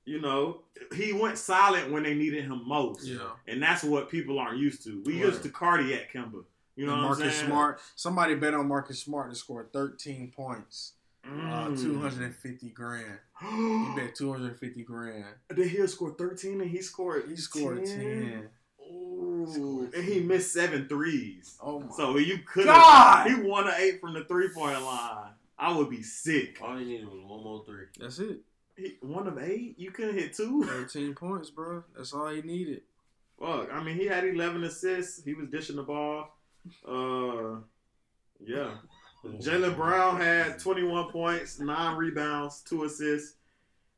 you know, he went silent when they needed him most. Yeah. And that's what people aren't used to. We used Right. to cardiac Kimba. You know what Marcus I'm saying? Smart. Somebody bet on Marcus Smart to score thirteen points, uh, Mm. two hundred and fifty grand. He bet two hundred and fifty grand. Then he'll score 13 and he scored. He scored ten. Ooh. Scored And he 10. missed seven threes. Oh my! So you could God! have. He won an eight from the three point line. I would be sick. All he needed was one more three. That's it. He, one of eight? You couldn't hit two? Thirteen points, bro. That's all he needed. Fuck. I mean, he had 11 assists. He was dishing the ball. Uh, Yeah. Jalen Brown had 21 points, nine rebounds, two assists,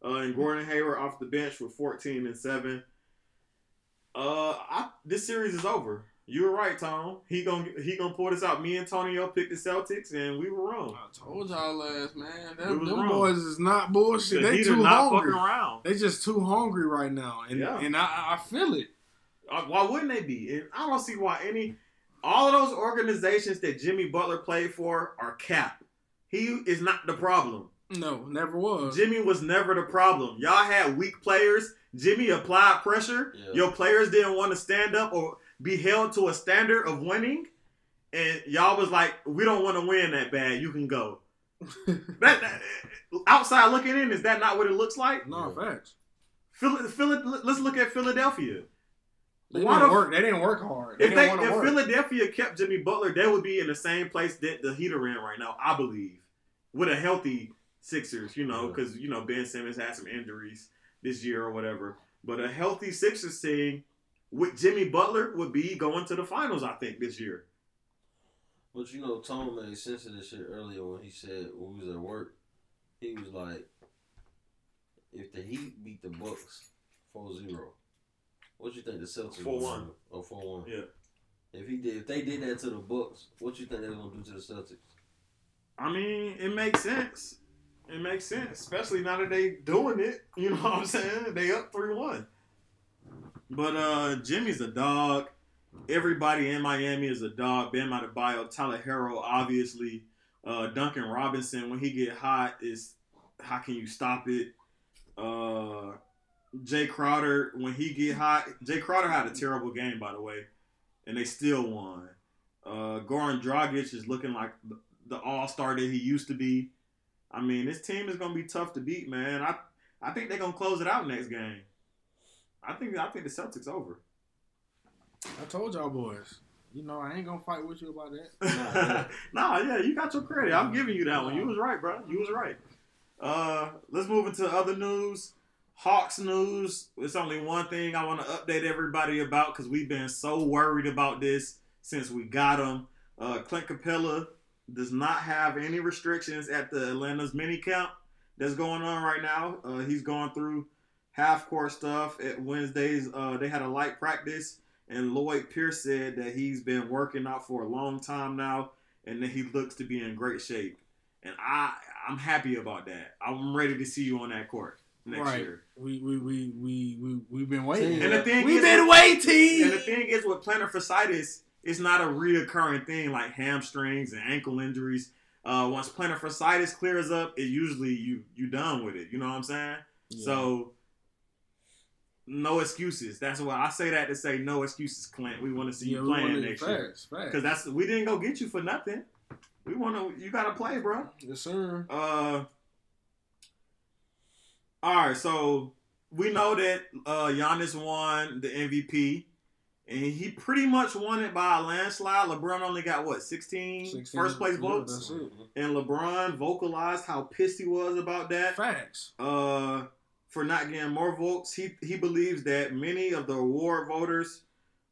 uh, and Gordon Hayward off the bench with 14 and seven. Uh, I, this series is over. You were right, Tom. He gonna he gonna pull this out. Me and Tonyo picked the Celtics, and we were wrong. I told y'all last man. We Them, was them wrong. boys is not The bullshit. They Heat too are not hungry. fucking around. They just too hungry right now, and Yeah. and I, I feel it. Uh, Why wouldn't they be? And I don't see why any all of those organizations that Jimmy Butler played for are cap. He is not the problem. No, never was. Jimmy was never the problem. Y'all had weak players. Jimmy applied pressure. Yeah. Your players didn't want to stand up or be held to a standard of winning. And y'all was like, we don't want to win that bad. You can go. that, that- outside looking in, is that not what it looks like? no facts. Phil, Phil, let's look at Philadelphia. They Why didn't the- work. They didn't work hard. They If didn't they wanna if work. Philadelphia kept Jimmy Butler, they would be in the same place that the Heat are in right now, I believe, with a healthy Sixers. You know, Yeah. because you know Ben Simmons had some injuries this year or whatever. But a healthy Sixers team with Jimmy Butler would be going to the finals, I think, this year. But you know, Tom made sense of this shit earlier when he said when we was at work, he was like, if the Heat beat the Bucks 4-0, what you think the Celtics 4-1. do? Or four one? Yeah. If he did, if they did that to the Bucks, what you think they're gonna do to the Celtics? I mean, it makes sense. It makes sense, especially now that they doing it. You know what I'm saying? They up three one. But uh Jimmy's a dog. Everybody in Miami is a dog. Bam Adebayo, Tyler Harrow, obviously. Uh, Duncan Robinson, when he get hot, is how can you stop it? Uh, Jay Crowder, when he get hot, Jay Crowder had a terrible game, by the way, and they still won. Uh, Goran Dragic is looking like the- the all star that he used to be. I mean, this team is gonna be tough to beat, man. I I think they're gonna close it out next game. I think I think the Celtics over. I told y'all boys. You know I ain't gonna fight with you about that. nah, yeah, you got your credit. I'm giving you that one. You was right, bro. You was right. Uh, let's move into other news. Hawks news. It's only one thing I want to update everybody about because we've been so worried about this since we got him. Uh, Clint Capella does not have any restrictions at the Atlanta's mini camp that's going on right now. Uh, he's going through half court stuff at Wednesdays. Uh, they had a light practice and Lloyd Pierce said that he's been working out for a long time now, and that he looks to be in great shape. And I, I'm happy about that. I'm ready to see you on that court next Right. year. We we we we we we've been waiting. And the thing We've is, been and the waiting. thing is with plantar fasciitis, it's not a reoccurring thing like hamstrings and ankle injuries. Uh, once plantar fasciitis clears up, it usually you you done with it. You know what I'm saying? So no excuses. That's why I say that to say no excuses, Clint. We want to see Yeah, you we playing wanted next facts, year. facts. Cause that's we didn't go get you for nothing. We wanna you gotta play, bro. yes, sir. Uh all right, so we know that uh Giannis won the MVP and he pretty much won it by a landslide. LeBron only got what, 16, 16 first place yeah, votes? That's it. And LeBron vocalized how pissed he was about that Facts. uh, for not getting more votes. He he believes that many of the award voters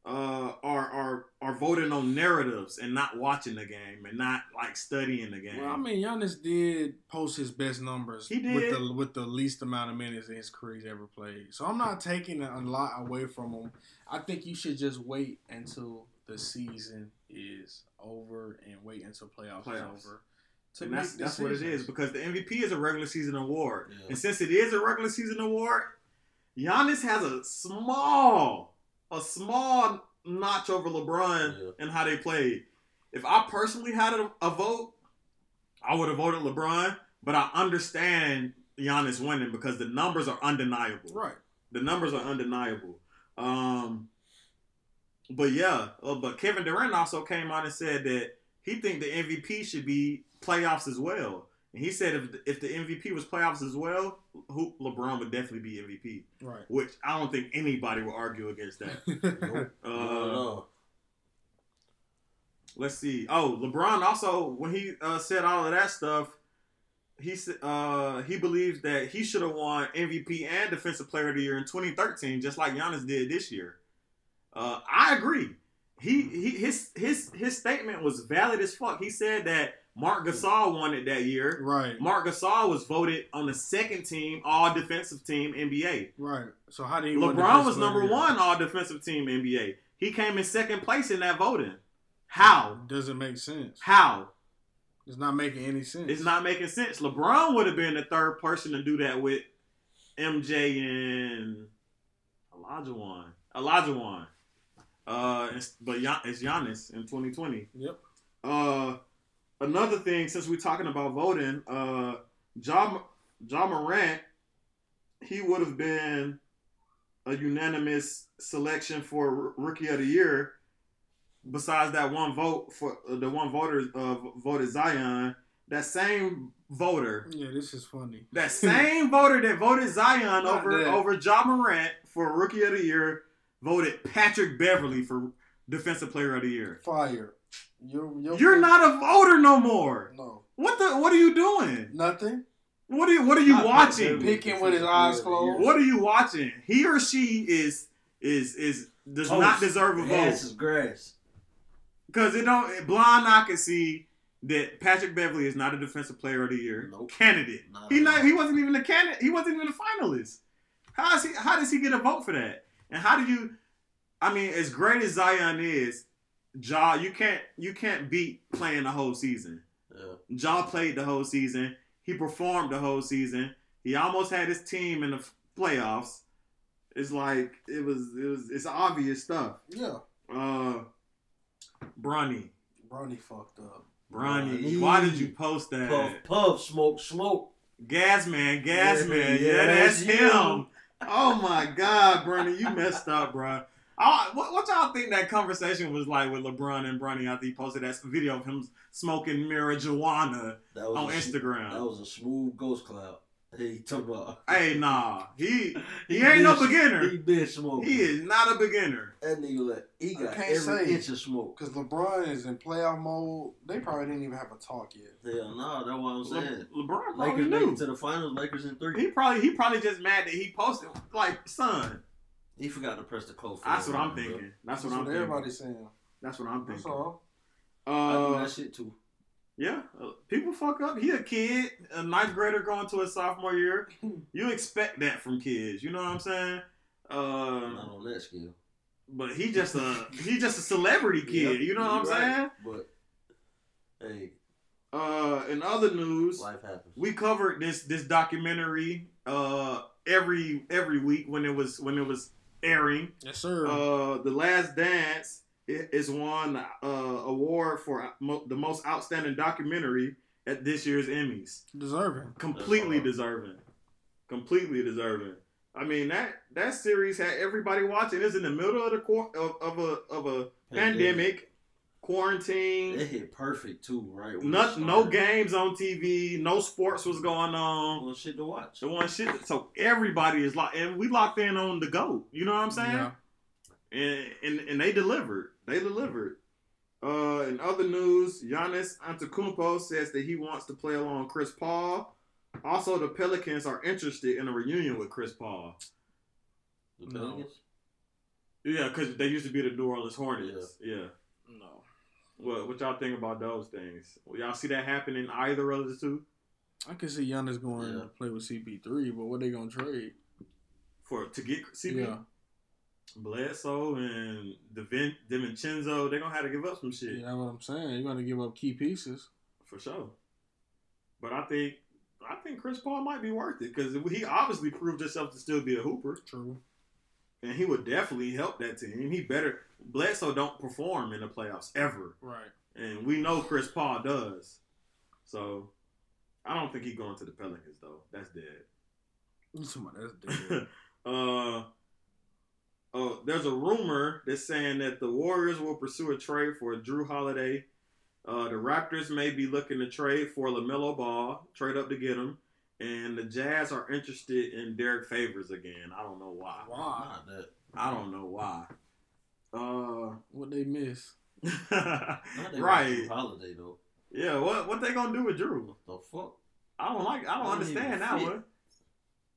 uh, are are are voting on narratives and not watching the game and not like studying the game. Well, I mean, Giannis did post his best numbers He with did. the with the least amount of minutes in his career he's ever played. So I'm not taking a lot away from him. I think you should just wait until the season is over and wait until playoffs, Playoffs. is over. and that's make that's what it decisions. is because the MVP is a regular season award, Yeah. and since it is a regular season award, Giannis has a small a small notch over LeBron Yeah. in how they played. If I personally had a, a vote, I would have voted LeBron, but I understand Giannis winning because the numbers are undeniable. Right. The numbers are undeniable. Um, but yeah, uh, but Kevin Durant also came out and said that he think the MVP should be playoffs as well. And he said if if the MVP was playoffs as well, who LeBron would definitely be MVP, Right. which I don't think anybody will argue against that. Nope. no, Uh, no. let's see. Oh, LeBron also when he uh, said all of that stuff, he said uh, he believes that he should have won MVP and Defensive Player of the Year in 2013, just like Giannis did this year. Uh, I agree. he, he his his his statement was valid as fuck. He said that Mark Gasol won it that year. Right. Mark Gasol was voted on the second team All Defensive Team NBA. Right. So how did he? win LeBron defensive was number player? one All Defensive Team NBA. He came in second place in that voting. How? Doesn't make sense. How? It's not making any sense. It's not making sense. LeBron would have been the third person to do that with MJ and Elijah one. Elijah one. Uh, it's- but Gian- it's Giannis in 2020. Yep. Uh, another thing, since we're talking about voting, uh, John John Morant, he would have been a unanimous selection for R- Rookie of the Year. Besides that one vote for uh, the one voter uh, voted Zion, that same voter, Yeah, this is funny. that same voter that voted Zion Not over that. over John Morant for Rookie of the Year, voted Patrick Beverly for Defensive Player of the Year. Fire. You're, you're, You're not a voter no more. No. What the? What are you doing? Nothing. What are you? What are you Not watching? Beverly. Peeking with his eyes closed. What are you watching? He or she is is is does not Toast. deserve a Grass is vote grass. because it don't. Blind eye can see that Patrick Beverly is not a defensive player of the year Nope. candidate. Nah. He not. He wasn't even a candidate. He wasn't even a finalist. How is he? How does he get a vote for that? And how do you? I mean, as great as Zion is, Ja, you can't you can't beat playing the whole season. Yeah. Ja played the whole season. He performed the whole season. He almost had his team in the f- playoffs. It's like it was it was it's obvious stuff. Yeah. Uh Bronny. Bronny fucked up. Bronny, why did you post that? Puff, puff, smoke, smoke. Gas man, gas Yeah, man. Yeah, yeah, that's, that's him. Oh my God, Bronny, you messed up, bro. I, what, what y'all think that conversation was like with LeBron and Bronny after he posted that video of him smoking marijuana That was on a s- Instagram? That was a smooth ghost cloud. He talking about. Hey, nah, he he ain't no been- beginner. He been smoking. He is not a beginner. That nigga like he I got can't every say. inch of smoke. Because LeBron is in playoff mode. They probably didn't even have a talk yet. Hell no, that's what I'm saying. Le- LeBron probably Lakers make knew. it to the finals. Lakers in three. He probably he probably just mad that he posted like son. He forgot to press the close. for That's that what I'm one, bro. thinking. That's what I'm thinking. everybody's saying. That's what I'm That's thinking. all. I do Uh, that shit too. yeah, uh, people fuck up. He a kid, a ninth grader going to his sophomore year. You expect that from kids. You know what I'm saying? Not Uh, on that scale. but he just a he just a celebrity kid. Yep, You know what I'm you right. saying? But hey, Uh, in other news, life happens. we covered this this documentary uh every every week when it was when it was airing Yes, sir. uh the last dance i- is won the uh award for uh, mo- the most outstanding documentary at this year's emmys Deserving. completely That's all. deserving completely deserving i mean that that series had everybody watching it's in the middle of the quar of, of a of a pandemic It quarantine hit perfect too, right? when no, it no started. games on tv no sports was going on Well, shit to watch. the one shit. So everybody is locked, and we locked in on the go. You know what I'm saying? Yeah. And, and and they delivered. They delivered. Uh, in other news, Giannis Antetokounmpo says that he wants to play along Chris Paul. Also, the Pelicans are interested in a reunion with Chris Paul. The No. Pelicans? Yeah, because they used to be the New Orleans Hornets. Yeah. No. What what y'all think about those things? Y'all see that happening either of the two I can see Giannis going Yeah. to play with CP3, but what they gonna trade? for to get CP Yeah. Bledsoe and Devin Divincenzo? They're gonna have to give up some shit. Yeah, that's what I'm saying. You gotta give up key pieces. For sure. But I think I think Chris Paul might be worth it because he obviously proved himself to still be a hooper, True. and he would definitely help that team. He better Bledsoe don't perform in the playoffs ever, Right. and we know Chris Paul does. So I don't think he's going to the Pelicans though. That's dead. You talking about that's dead. uh, oh, there's a rumor that's saying that the Warriors will pursue a trade for Drew Holiday. Uh, the Raptors may be looking to trade for LaMelo Ball, trade up to get him. And the Jazz are interested in Derek Favors again. I don't know why. Why? Not that. I don't know why. Uh, What they miss? Not that right. Holiday though. Yeah, what what they gonna do with Drew? The fuck? I don't like I don't Don't understand even that fit. one.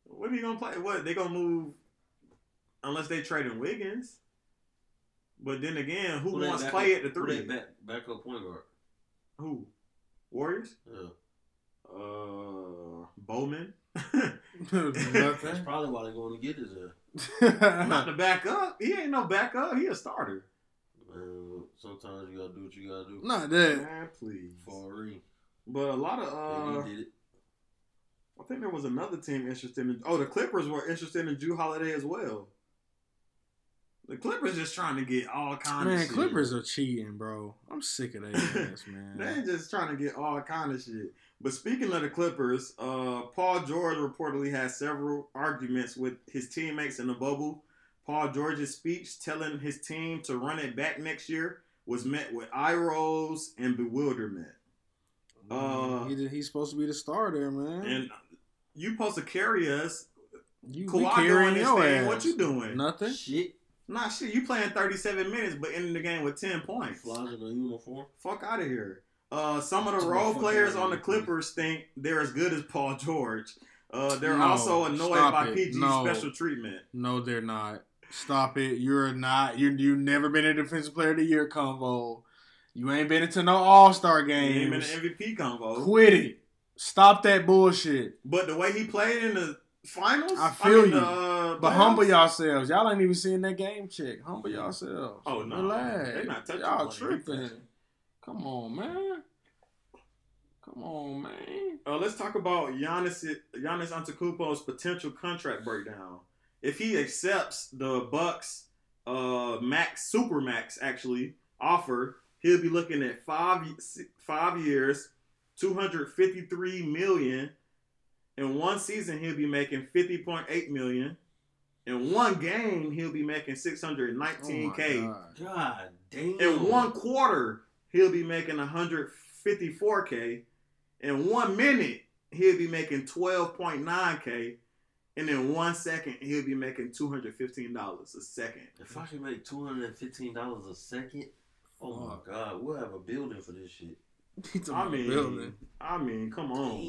What are you gonna play? What they gonna move unless they trading Wiggins? But then again, who, they wants back play up- at the who three? they Back, back up point guard. Who? Warriors? Yeah. Uh, Bowman. That's Nothing. probably why they're going to get his ass. Not the backup. He ain't no backup. He a starter. Man, Uh, sometimes you gotta do what you gotta do. Not that. Man, please. For a reason. But a lot of uh, and he did it. I think there was another team interested in. Oh, the Clippers were interested in Drew Holiday as well. The Clippers just trying to get all kinds. of Man, shit. Clippers are cheating, bro. I'm sick of that ass, man. They just trying to get all kind of shit. But speaking of the Clippers, uh, Paul George reportedly had several arguments with his teammates in the bubble. Paul George's speech telling his team to run it back next year was met with eye rolls and bewilderment. Uh, he, he's supposed to be the star there, man. And you supposed to carry us. you Mm-hmm. we Kawhi carrying doing his your thing. ass. What you doing? Nothing. Shit. Nah, shit, you playing 37 minutes, but ending the game with 10 points. Flies in a uniform. Fuck out of here. Uh, some of the Fuck role outta players on the here, Clippers think they're as good as Paul George. Uh, they're No, also annoyed stop by it. PG's No. special treatment. No, they're not. Stop it. You're not. You you never been a defensive player of the year convo. You ain't been into no All Star He ain't in games. the MVP convo. Quit it. Stop that bullshit. But the way he played in the finals, I feel mean, you. uh, But playoffs? humble yourselves. Y'all ain't even seeing that game check. Humble yourselves. Oh, no. Relax. They not touching Y'all one. tripping. Come on, man. Come on, man. Uh, let's talk about Giannis Giannis Antetokounmpo's potential contract breakdown. If he accepts the Bucks uh, max supermax actually offer, he'll be looking at five five years, two hundred fifty three million. In one season, he'll be making fifty point eight million. In one game, he'll be making six hundred nineteen Oh, k. my God. God damn. In one quarter, he'll be making 154k. In one minute, he'll be making 12.9k. And in one second, he'll be making $215 a second. If I could make two hundred and fifteen dollars a second, oh my god, we'll have a building for this shit. He's I on the mean, building. I mean, come on.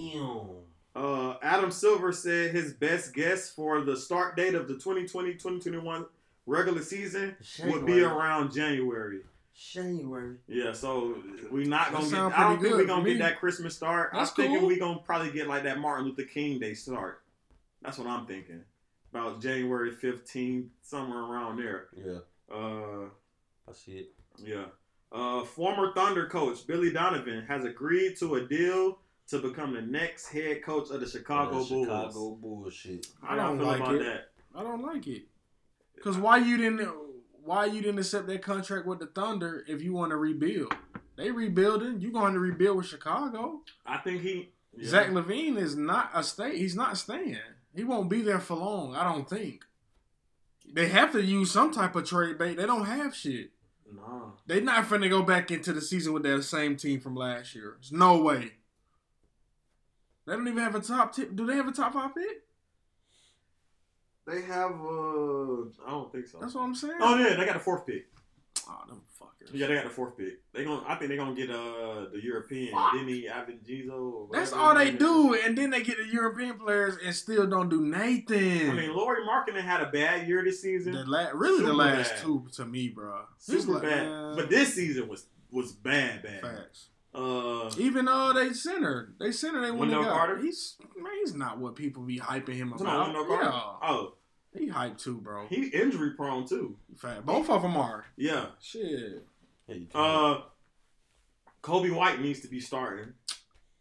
Damn. Uh, Adam Silver said his best guess for the start date of the 2020-2021 regular season would be January. around January. January. Yeah, so we not That gonna get. sound I don't pretty think we good gonna for get me. that Christmas start. That's I'm thinking cool. we gonna probably get like that Martin Luther King Day start. That's what I'm thinking. About January 15th, somewhere around there. Yeah, Uh, I see it. yeah. Uh, former Thunder coach Billy Donovan has agreed to a deal to become the next head coach of the Chicago That Bulls. Chicago bullshit. How y'all I don't feel like about it. that? I don't like it. Cause why you didn't why you didn't accept that contract with the Thunder if you want to rebuild? They rebuilding. You going to rebuild with Chicago? I think he. yeah. Zach Levine is not a stay. He's not staying. He won't be there for long. I don't think. They have to use some type of trade bait. They don't have shit. Nah. They not finna go back into the season with that same team from last year. There's no way. They don't even have a top tip. Do they have a top five pick? They have. Uh, I don't think so. That's what I'm saying. oh yeah, they got a fourth pick. Aw, them fuckers. Yeah, they got the fourth pick. They going I think they're gonna get uh the European Fuck. Demi Avingizo. or whatever That's all his they name do, is. and then they get the European players and still don't do I Nathan. mean, Laurie Markkinen had a bad year this season, the la- really the super last bad. two to me, bro. It's super like, uh, bad. man, But this season was was bad, bad. facts. Uh, Even uh, they center, they center, they went Wendell and got. Carter? He's man, he's not what people be hyping him come on, about. Wendell Carter. Yeah, Oh, he hyped too, bro. he injury prone too. Fact. Both of them are. Yeah. Shit, Hey, you can't- Uh, Kobe White needs to be starting.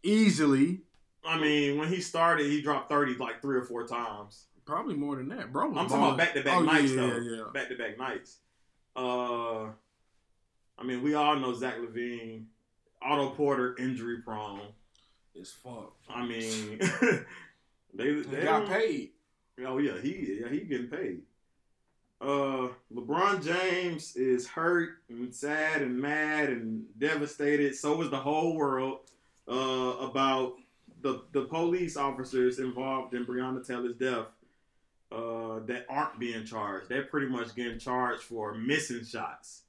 easily, I mean, when he started, he dropped thirty like three or four times. probably more than that, bro. was I'm talking about balling. back-to-back Oh, nights, yeah, though. Yeah, yeah. back to back nights. Uh, I mean, we all know Zach Levine, Otto Porter injury prone. It's fuck. I mean, they, He they got don't- paid. Oh yeah, he yeah he getting paid. Uh, LeBron James is hurt and sad and mad and devastated. So is the whole world uh, about the the police officers involved in Breonna Taylor's death uh, that aren't being charged. They're pretty much getting charged for missing shots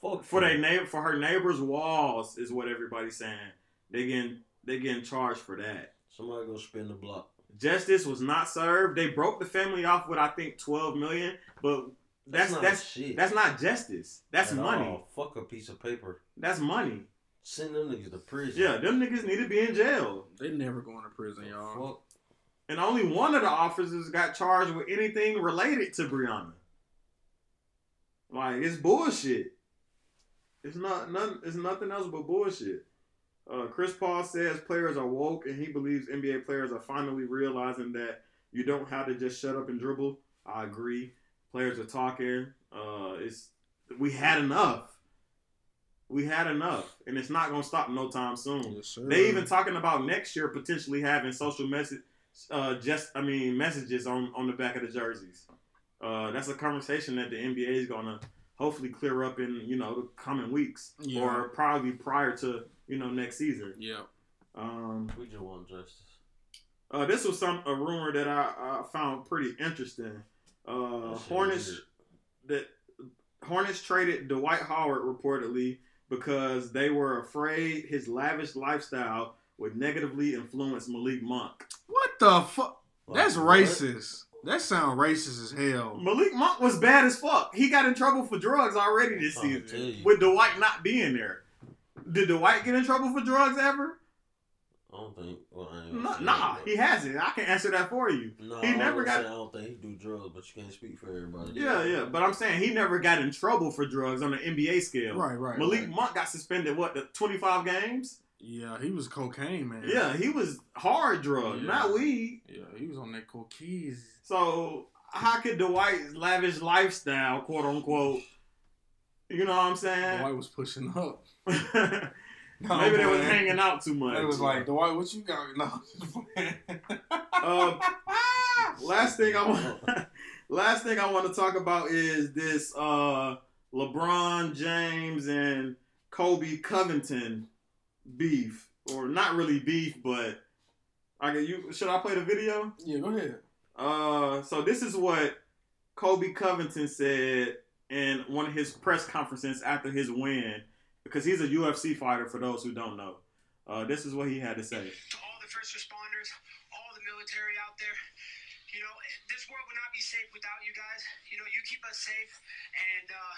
fuck for that. their neighbor for her neighbor's walls is what everybody's saying. They getting they getting charged for that. Somebody gonna spin the block. Justice was not served. They broke the family off with I think twelve million, but That's not that's shit. that's not justice. That's At money. all. Fuck a piece of paper. That's money. Send them niggas to prison. Yeah, them niggas need to be in jail. They never going to prison, y'all. Fuck. And only one of the officers got charged with anything related to Brianna. Like it's bullshit. It's not none. It's nothing else but bullshit. Uh, Chris Paul says players are woke, and he believes NBA players are finally realizing that you don't have to just shut up and dribble. I agree. Players are talking. Uh, it's we had enough. We had enough, and it's not gonna stop no time soon. Yes, sir. They even talking about next year potentially having social message, uh, just I mean messages on on the back of the jerseys. Uh, that's a conversation that the NBA is gonna hopefully clear up in you know the coming weeks Yeah. or probably prior to you know next season. Yeah. Um, We just want justice. uh, this was some a rumor that I, I found pretty interesting. Uh, That shit Hornets weird. that Hornets traded Dwight Howard reportedly because they were afraid his lavish lifestyle would negatively influence Malik Monk. What the fuck? Like, That's what? racist. That sound racist as hell. Malik Monk was bad as fuck. He got in trouble for drugs already this I'm trying to tell season you. with Dwight not being there. Did Dwight get in trouble for drugs ever? I don't think. Well, I ain't gonna No, say nah, that, he hasn't. I can answer that for you. but- No, he I never was got- saying I don't think he do drugs, but you can't speak for everybody. Yeah, yeah. But I'm saying he never got in trouble for drugs on the NBA scale. Right, right. Malik right. Monk got suspended what the 25 games? Yeah, he was cocaine man. Yeah, he was hard drug, Yeah. not weed. Yeah, he was on that cocaine. So how could Dwight's lavish lifestyle, quote unquote, you know what I'm saying? Dwight was pushing up. Maybe they was man. hanging out too much. It was like, Dwight, what you got? No, Uh, last thing I want, last thing I want to talk about is this uh, LeBron James and Kobe Covington beef, or not really beef, but I can you should I play the video? yeah, go ahead. Uh, so this is what Kobe Covington said in one of his press conferences after his win, because he's a UFC fighter. For those who don't know, uh, this is what he had to say. to all the first responders, all the military out there. You know, this world would not be safe without you guys. You know, you keep us safe, and uh,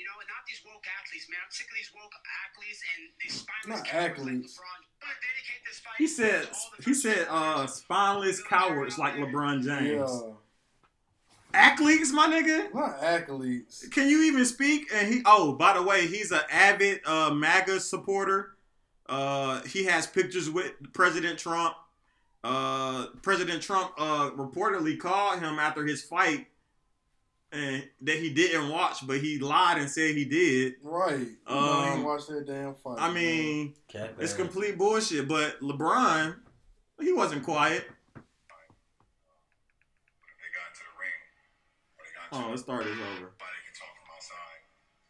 you know, not these woke athletes, man. I'm sick of these woke athletes and these spineless Not cowards athletes. Like LeBron. I'm gonna dedicate this fight He to said, all the he first said, uh, responders. spineless cowards like LeBron Yeah, James. Athletes, my nigga. not athletes. Can you even speak? And he, oh, by the way, he's an avid uh, MAGA supporter. Uh, he has pictures with President Trump. Uh, President Trump uh, reportedly called him after his fight, and that he didn't watch, but he lied and said he did. Right. You know, I Um, ain't watch that damn fight. I man. mean, Cap it's ass. complete bullshit. But LeBron, he wasn't quiet. they got into the ring, when they got into Oh, it the started over. nobody can talk from outside.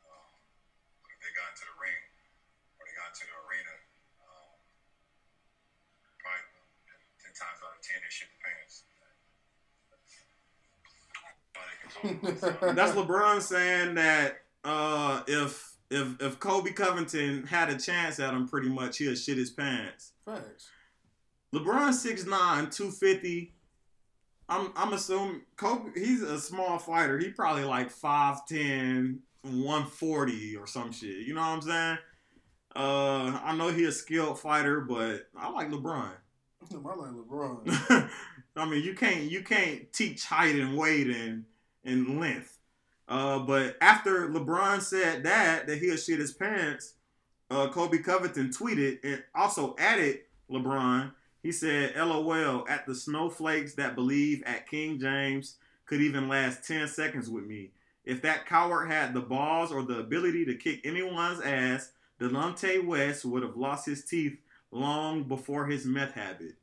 Um, but if they got into the ring, when they got into the arena, um, probably ten times out of ten they shit the pants. Nobody can talk from outside. That's LeBron saying that uh, if if if Kobe Covington had a chance at him, pretty much he'll shit his pants. facts. LeBron 6'9", 250. I'm I'm assuming Kobe he's a small fighter. He probably like 5'10", 140 or some shit. You know what I'm saying? Uh, I know he's a skilled fighter, but I like LeBron. I like LeBron. I mean, you can't you can't teach height and weight and and length. Uh, but after LeBron said that that he'll shit his pants, uh, Kobe Covington tweeted and also added LeBron. He said, "LOL at the snowflakes that believe at King James could even last ten seconds with me. If that coward had the balls or the ability to kick anyone's ass, Delonte West would have lost his teeth long before his meth habit."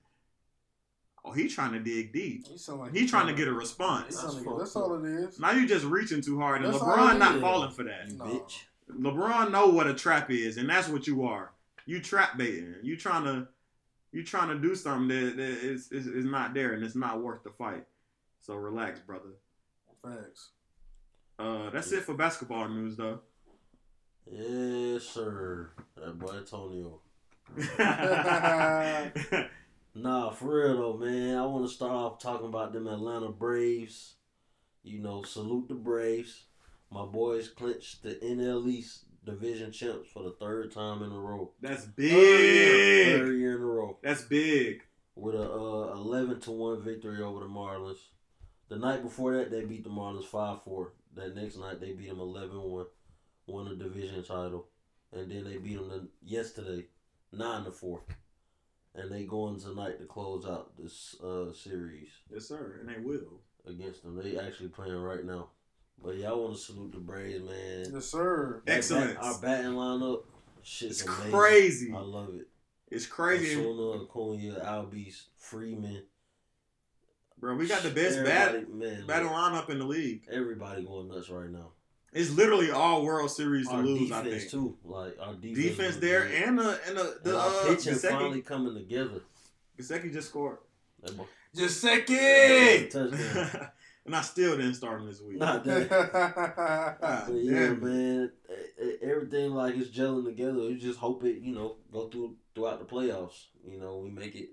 Oh, he trying to dig deep. He sound like He trying to get a He response. sound like- That's all it is. Now you just reaching too hard, and That's all LeBron it not is. falling for that. You Nah. bitch. LeBron know what a trap is, and that's what you are. You trap baiting. You trying to, you trying to do something that, that is, is is not there, and it's not worth the fight. So relax, brother. Facts. Uh, that's it for basketball news, though. Yes, sir. That boy Antonio. Oh, Nah, for real though, man. I want to start off talking about them Atlanta Braves. You know, salute the Braves. My boys clinched the NL East division champs for the third time in a row. That's Third big. year in a row That's big. with a uh, eleven to one victory over the Marlins. The night before that, they beat the Marlins five four. That next night, they beat them 11-1, won the division title, and then they beat them the, yesterday nine to four. And they going tonight to close out this uh, series Yes, sir. And they will. against them. They actually playing right now. But yeah, I want to salute the Braves, man. Yes, sir. That bat- Excellent. Our batting lineup, shit's It's amazing. crazy. I love it. It's crazy. Osuna, Acuna, Albies, Freeman. Bro, we got the best bat, Everybody- man, batting look, lineup in the league. Everybody going nuts right now. It's literally all World Series to our lose, I defense think. too, like our defense, Defense was there good. and the and the, And the our uh, pitching Gasecki. finally coming together. Gasecki just scored. That boy- Just that second. boy touchdown. and I still didn't start him this week. Not that. God But yeah, damn it. man, e- e- everything like it's gelling together. You just hope it, you know, go through throughout the playoffs. You know, we make it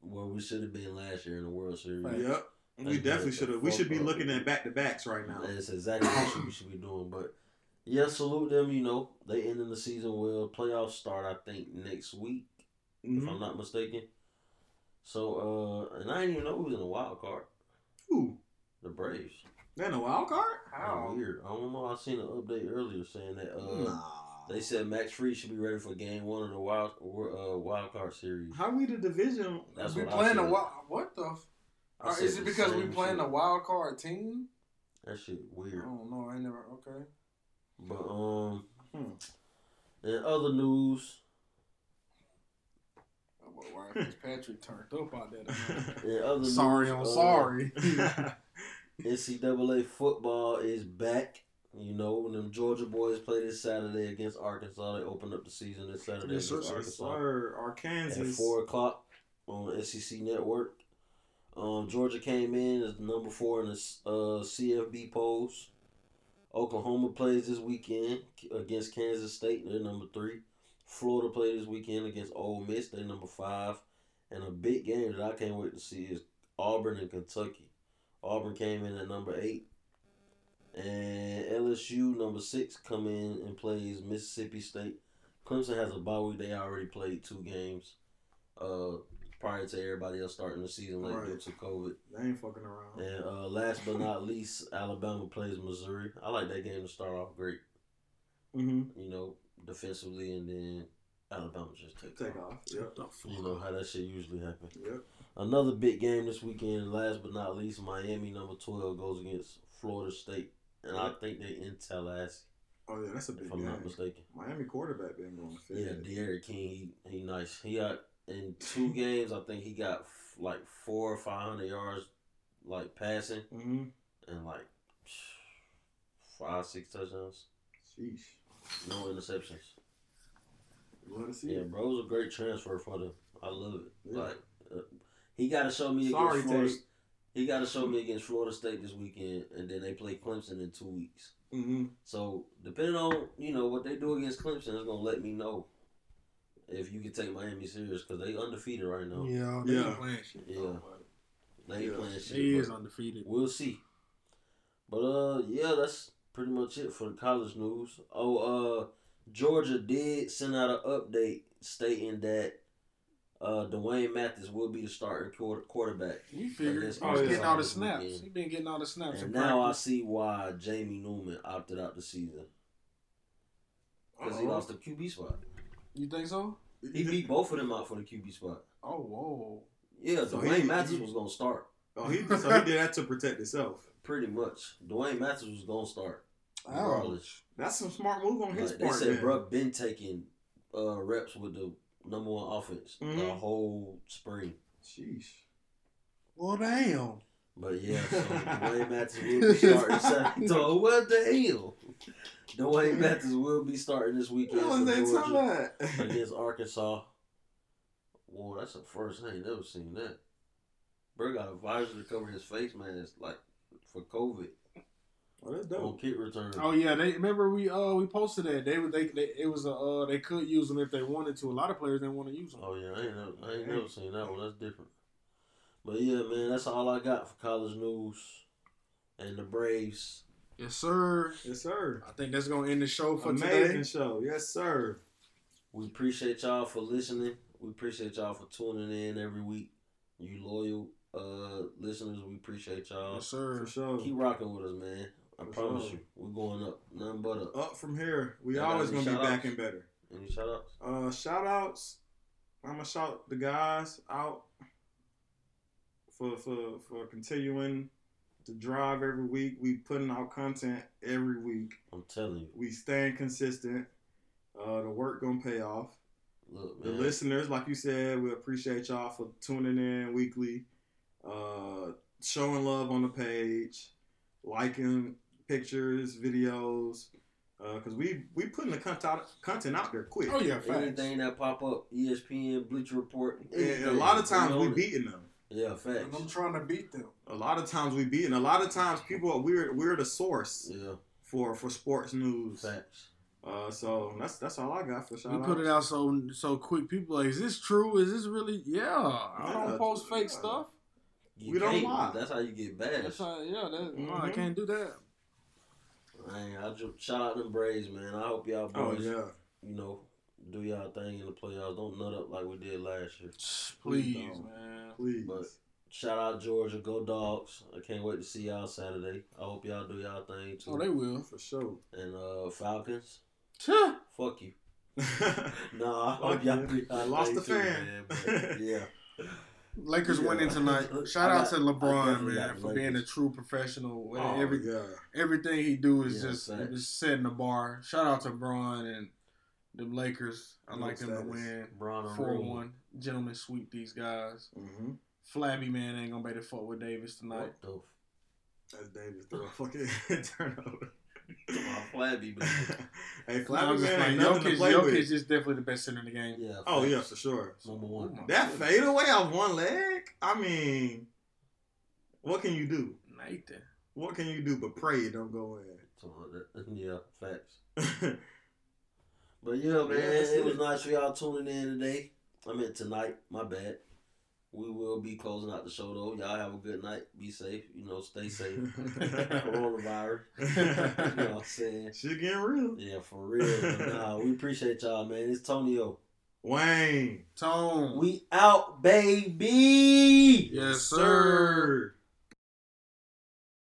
where we should have been last year in the World Series. Yep. We Like, definitely the- should the have. We should be fuck up. looking at back to backs right now. That's exactly what we should be doing. But yeah, salute them. You know, they ending the season well. Playoffs start, I think, next week, if Mhm. I'm not mistaken. So, uh, and I didn't even know who was in the wild card. Ooh, The Braves. they in a wild card? Oh. How? Weird. I don't know. I seen an update earlier saying that uh, Nah. they said Max Free should be ready for Game One of the wild uh, wild card series. How we the division? That's we what I playing a said. wild. What the? F- I Or said is it the because we same playing shit. a wild card team? That shit I weird. Oh. don't know. I ain't never. Okay. But um, Hmm. in other news, Oh, well, Ryan Fitzpatrick turned up out there. in other Sorry, news, I'm uh, sorry. NCAA football is back. You know, when them Georgia boys play this Saturday against Arkansas, they open up the season this Saturday yes, against sir. Arkansas Sir, at Arkansas. four o'clock on SEC Network. Um, Georgia came in as number four in the uh, CFB polls. Oklahoma plays this weekend against Kansas State. They're number three. Florida played this weekend against Ole Miss. They're number five. And a big game that I can't wait to see is Auburn and Kentucky. Auburn came in at number eight. And LSU, number six, come in and plays Mississippi State. Clemson has a bye week. They already played two games uh, prior to everybody else starting the season late due Right. to COVID. They ain't fucking around. And uh, last but not least, Alabama plays Missouri. I like that game to start off great, Mm-hmm. you know, defensively, and then Alabama just takes Take off. off. Yep. You know how that shit usually happens. Yep. Another big game this weekend. Last but not least, Miami number twelve goes against Florida State, and I think they in Tallahassee, Oh yeah, that's a big if I'm game. not mistaken. Miami quarterback been going fit. Yeah, De'Aaron King, he, he nice. He got in two games. I think he got f- like four or five hundred yards, like passing, Mm-hmm. and like five six touchdowns, Sheesh. no interceptions. Love to see Yeah, it. bro, it was a great transfer for them. I love it. Yeah. Like, uh, he got to show me Sorry, against Florida. Tate. He got to show me against Florida State this weekend, and then they play Clemson in two weeks. Mm-hmm. So depending on you know what they do against Clemson, it's gonna let me know if you can take Miami serious because they undefeated right now. Yeah, Yeah, they Yeah. ain't playing shit. Oh, they Yeah. playing shit. He is but undefeated. We'll see. But uh, yeah, that's pretty much it for the college news. Oh, uh, Georgia did send out an update stating that uh, Dwayne Mathis will be the starting quarter- quarterback. You figured Against oh, he's Arkansas getting all the this snaps. weekend. He been getting all the snaps. And in now I practice. see why Jamie Newman opted out the season because he Uh-oh. lost the QB spot. you think so? He beat both of them out for the QB spot. Oh whoa. Yeah, So Dwayne he- Mathis he- was gonna start. Oh, he, so he did that to protect himself. Pretty much, Dwayne Mathis was gonna start. Ow. Regardless, That's some smart move on his Like, they part. said, man. bro, been taking uh, reps with the number one offense the Mhm. whole spring. Sheesh. Well Oh, damn. But yeah, so Dwayne Mathis will be starting. Saturday. So what the hell? Dwayne Mathis will be starting this weekend for Georgia against Arkansas. Whoa, that's the first I ain't never seen that. Bro got a visor to cover his face mask, like for COVID Oh, that's on dope. kick return. Oh yeah, they remember we uh we posted that they were they, they it was a uh they could use them if they wanted to. A lot of players didn't want to use them. Oh yeah, I ain't never, I ain't Dang. never seen that one. That's different. But yeah, man, that's all I got for college news and the Braves. Yes, sir. Yes, sir. I think that's gonna end the show for Amazing today. show. Yes, sir. We appreciate y'all for listening. We appreciate y'all for tuning in every week. You loyal uh listeners, we appreciate y'all. Yes, sir. For sure. Keep rocking with us, man. I For promise sure. you, we're going up, nothing but up. Up from here, we Y'all got always any gonna be shout-outs? back and better. Any shout outs? Uh, shout outs. I'm gonna shout the guys out for for for continuing to drive every week. We putting out content every week. I'm telling you, We staying consistent. Uh, the work gonna pay off. look, The man. listeners, like you said, we appreciate y'all for tuning in weekly, uh, showing love on the page, liking pictures, videos, because we we putting the content content out there quick. Oh yeah, facts. Anything that pop up, E ESPN, Bleacher Report. And a anything, lot of times on we it. beating them. Yeah, facts. And I'm trying to beat them. A lot of times we beating. A lot of times people are, we're we're the source Yeah, for for sports news. facts. Uh, so that's that's all I got for shout We put it out so so quick. People like, is this true? Is this really? Yeah, I Yeah, don't post fake yeah. stuff. You We don't can't. lie. That's how you get bashed. That's how, yeah, that, no, I Mhm. can't do that. Man, I just shout out them Braves, man. I hope y'all Oh boys, yeah, you know, do y'all thing in the playoffs. Don't nut up like we did last year. Please, don't. man. please. But- Shout out Georgia, go dogs. I can't wait to see y'all Saturday. I hope y'all do y'all thing too. Oh, they will. for sure. and uh Falcons, Tch. fuck you. No, I hope Fuck y'all you. do y'all Lost thing the too, fan. man, but, yeah. Lakers Yeah. winning tonight. Shout I out got- to I LeBron, definitely got man, the for being a Lakers. true professional. Oh, Every yeah. everything he do is Yeah, just facts. is setting the bar. Shout out to Braun and the Lakers. I No like them to status. win Bron on four rule. one. Gentlemen sweep these guys. Mm-hmm. Flabby man ain't gonna be able to fuck with Davis tonight. What the f- That's Davis threw a fucking turnover. my flabby man. hey, I Flabby was just Man, ain't like, nothing to Jokic, play Jokic with. is definitely the best center in the game. Yeah. Oh yeah, facts. for sure. Number one. That fadeaway off one leg. I mean, what can you do? Nathan. What can you do but pray it don't go Something like that. Yeah, facts. in? But yeah, man, that's it was it. nice for y'all tuning in today. I mean tonight, my bad. We will be closing out the show though. Y'all have a good night. Be safe. You know, stay safe. Coronavirus. you know what I'm saying? Shit getting real. Yeah, for real. But nah, we appreciate y'all, man. It's Tonio. Wayne. Tone. We out, baby. yes, sir. Sir.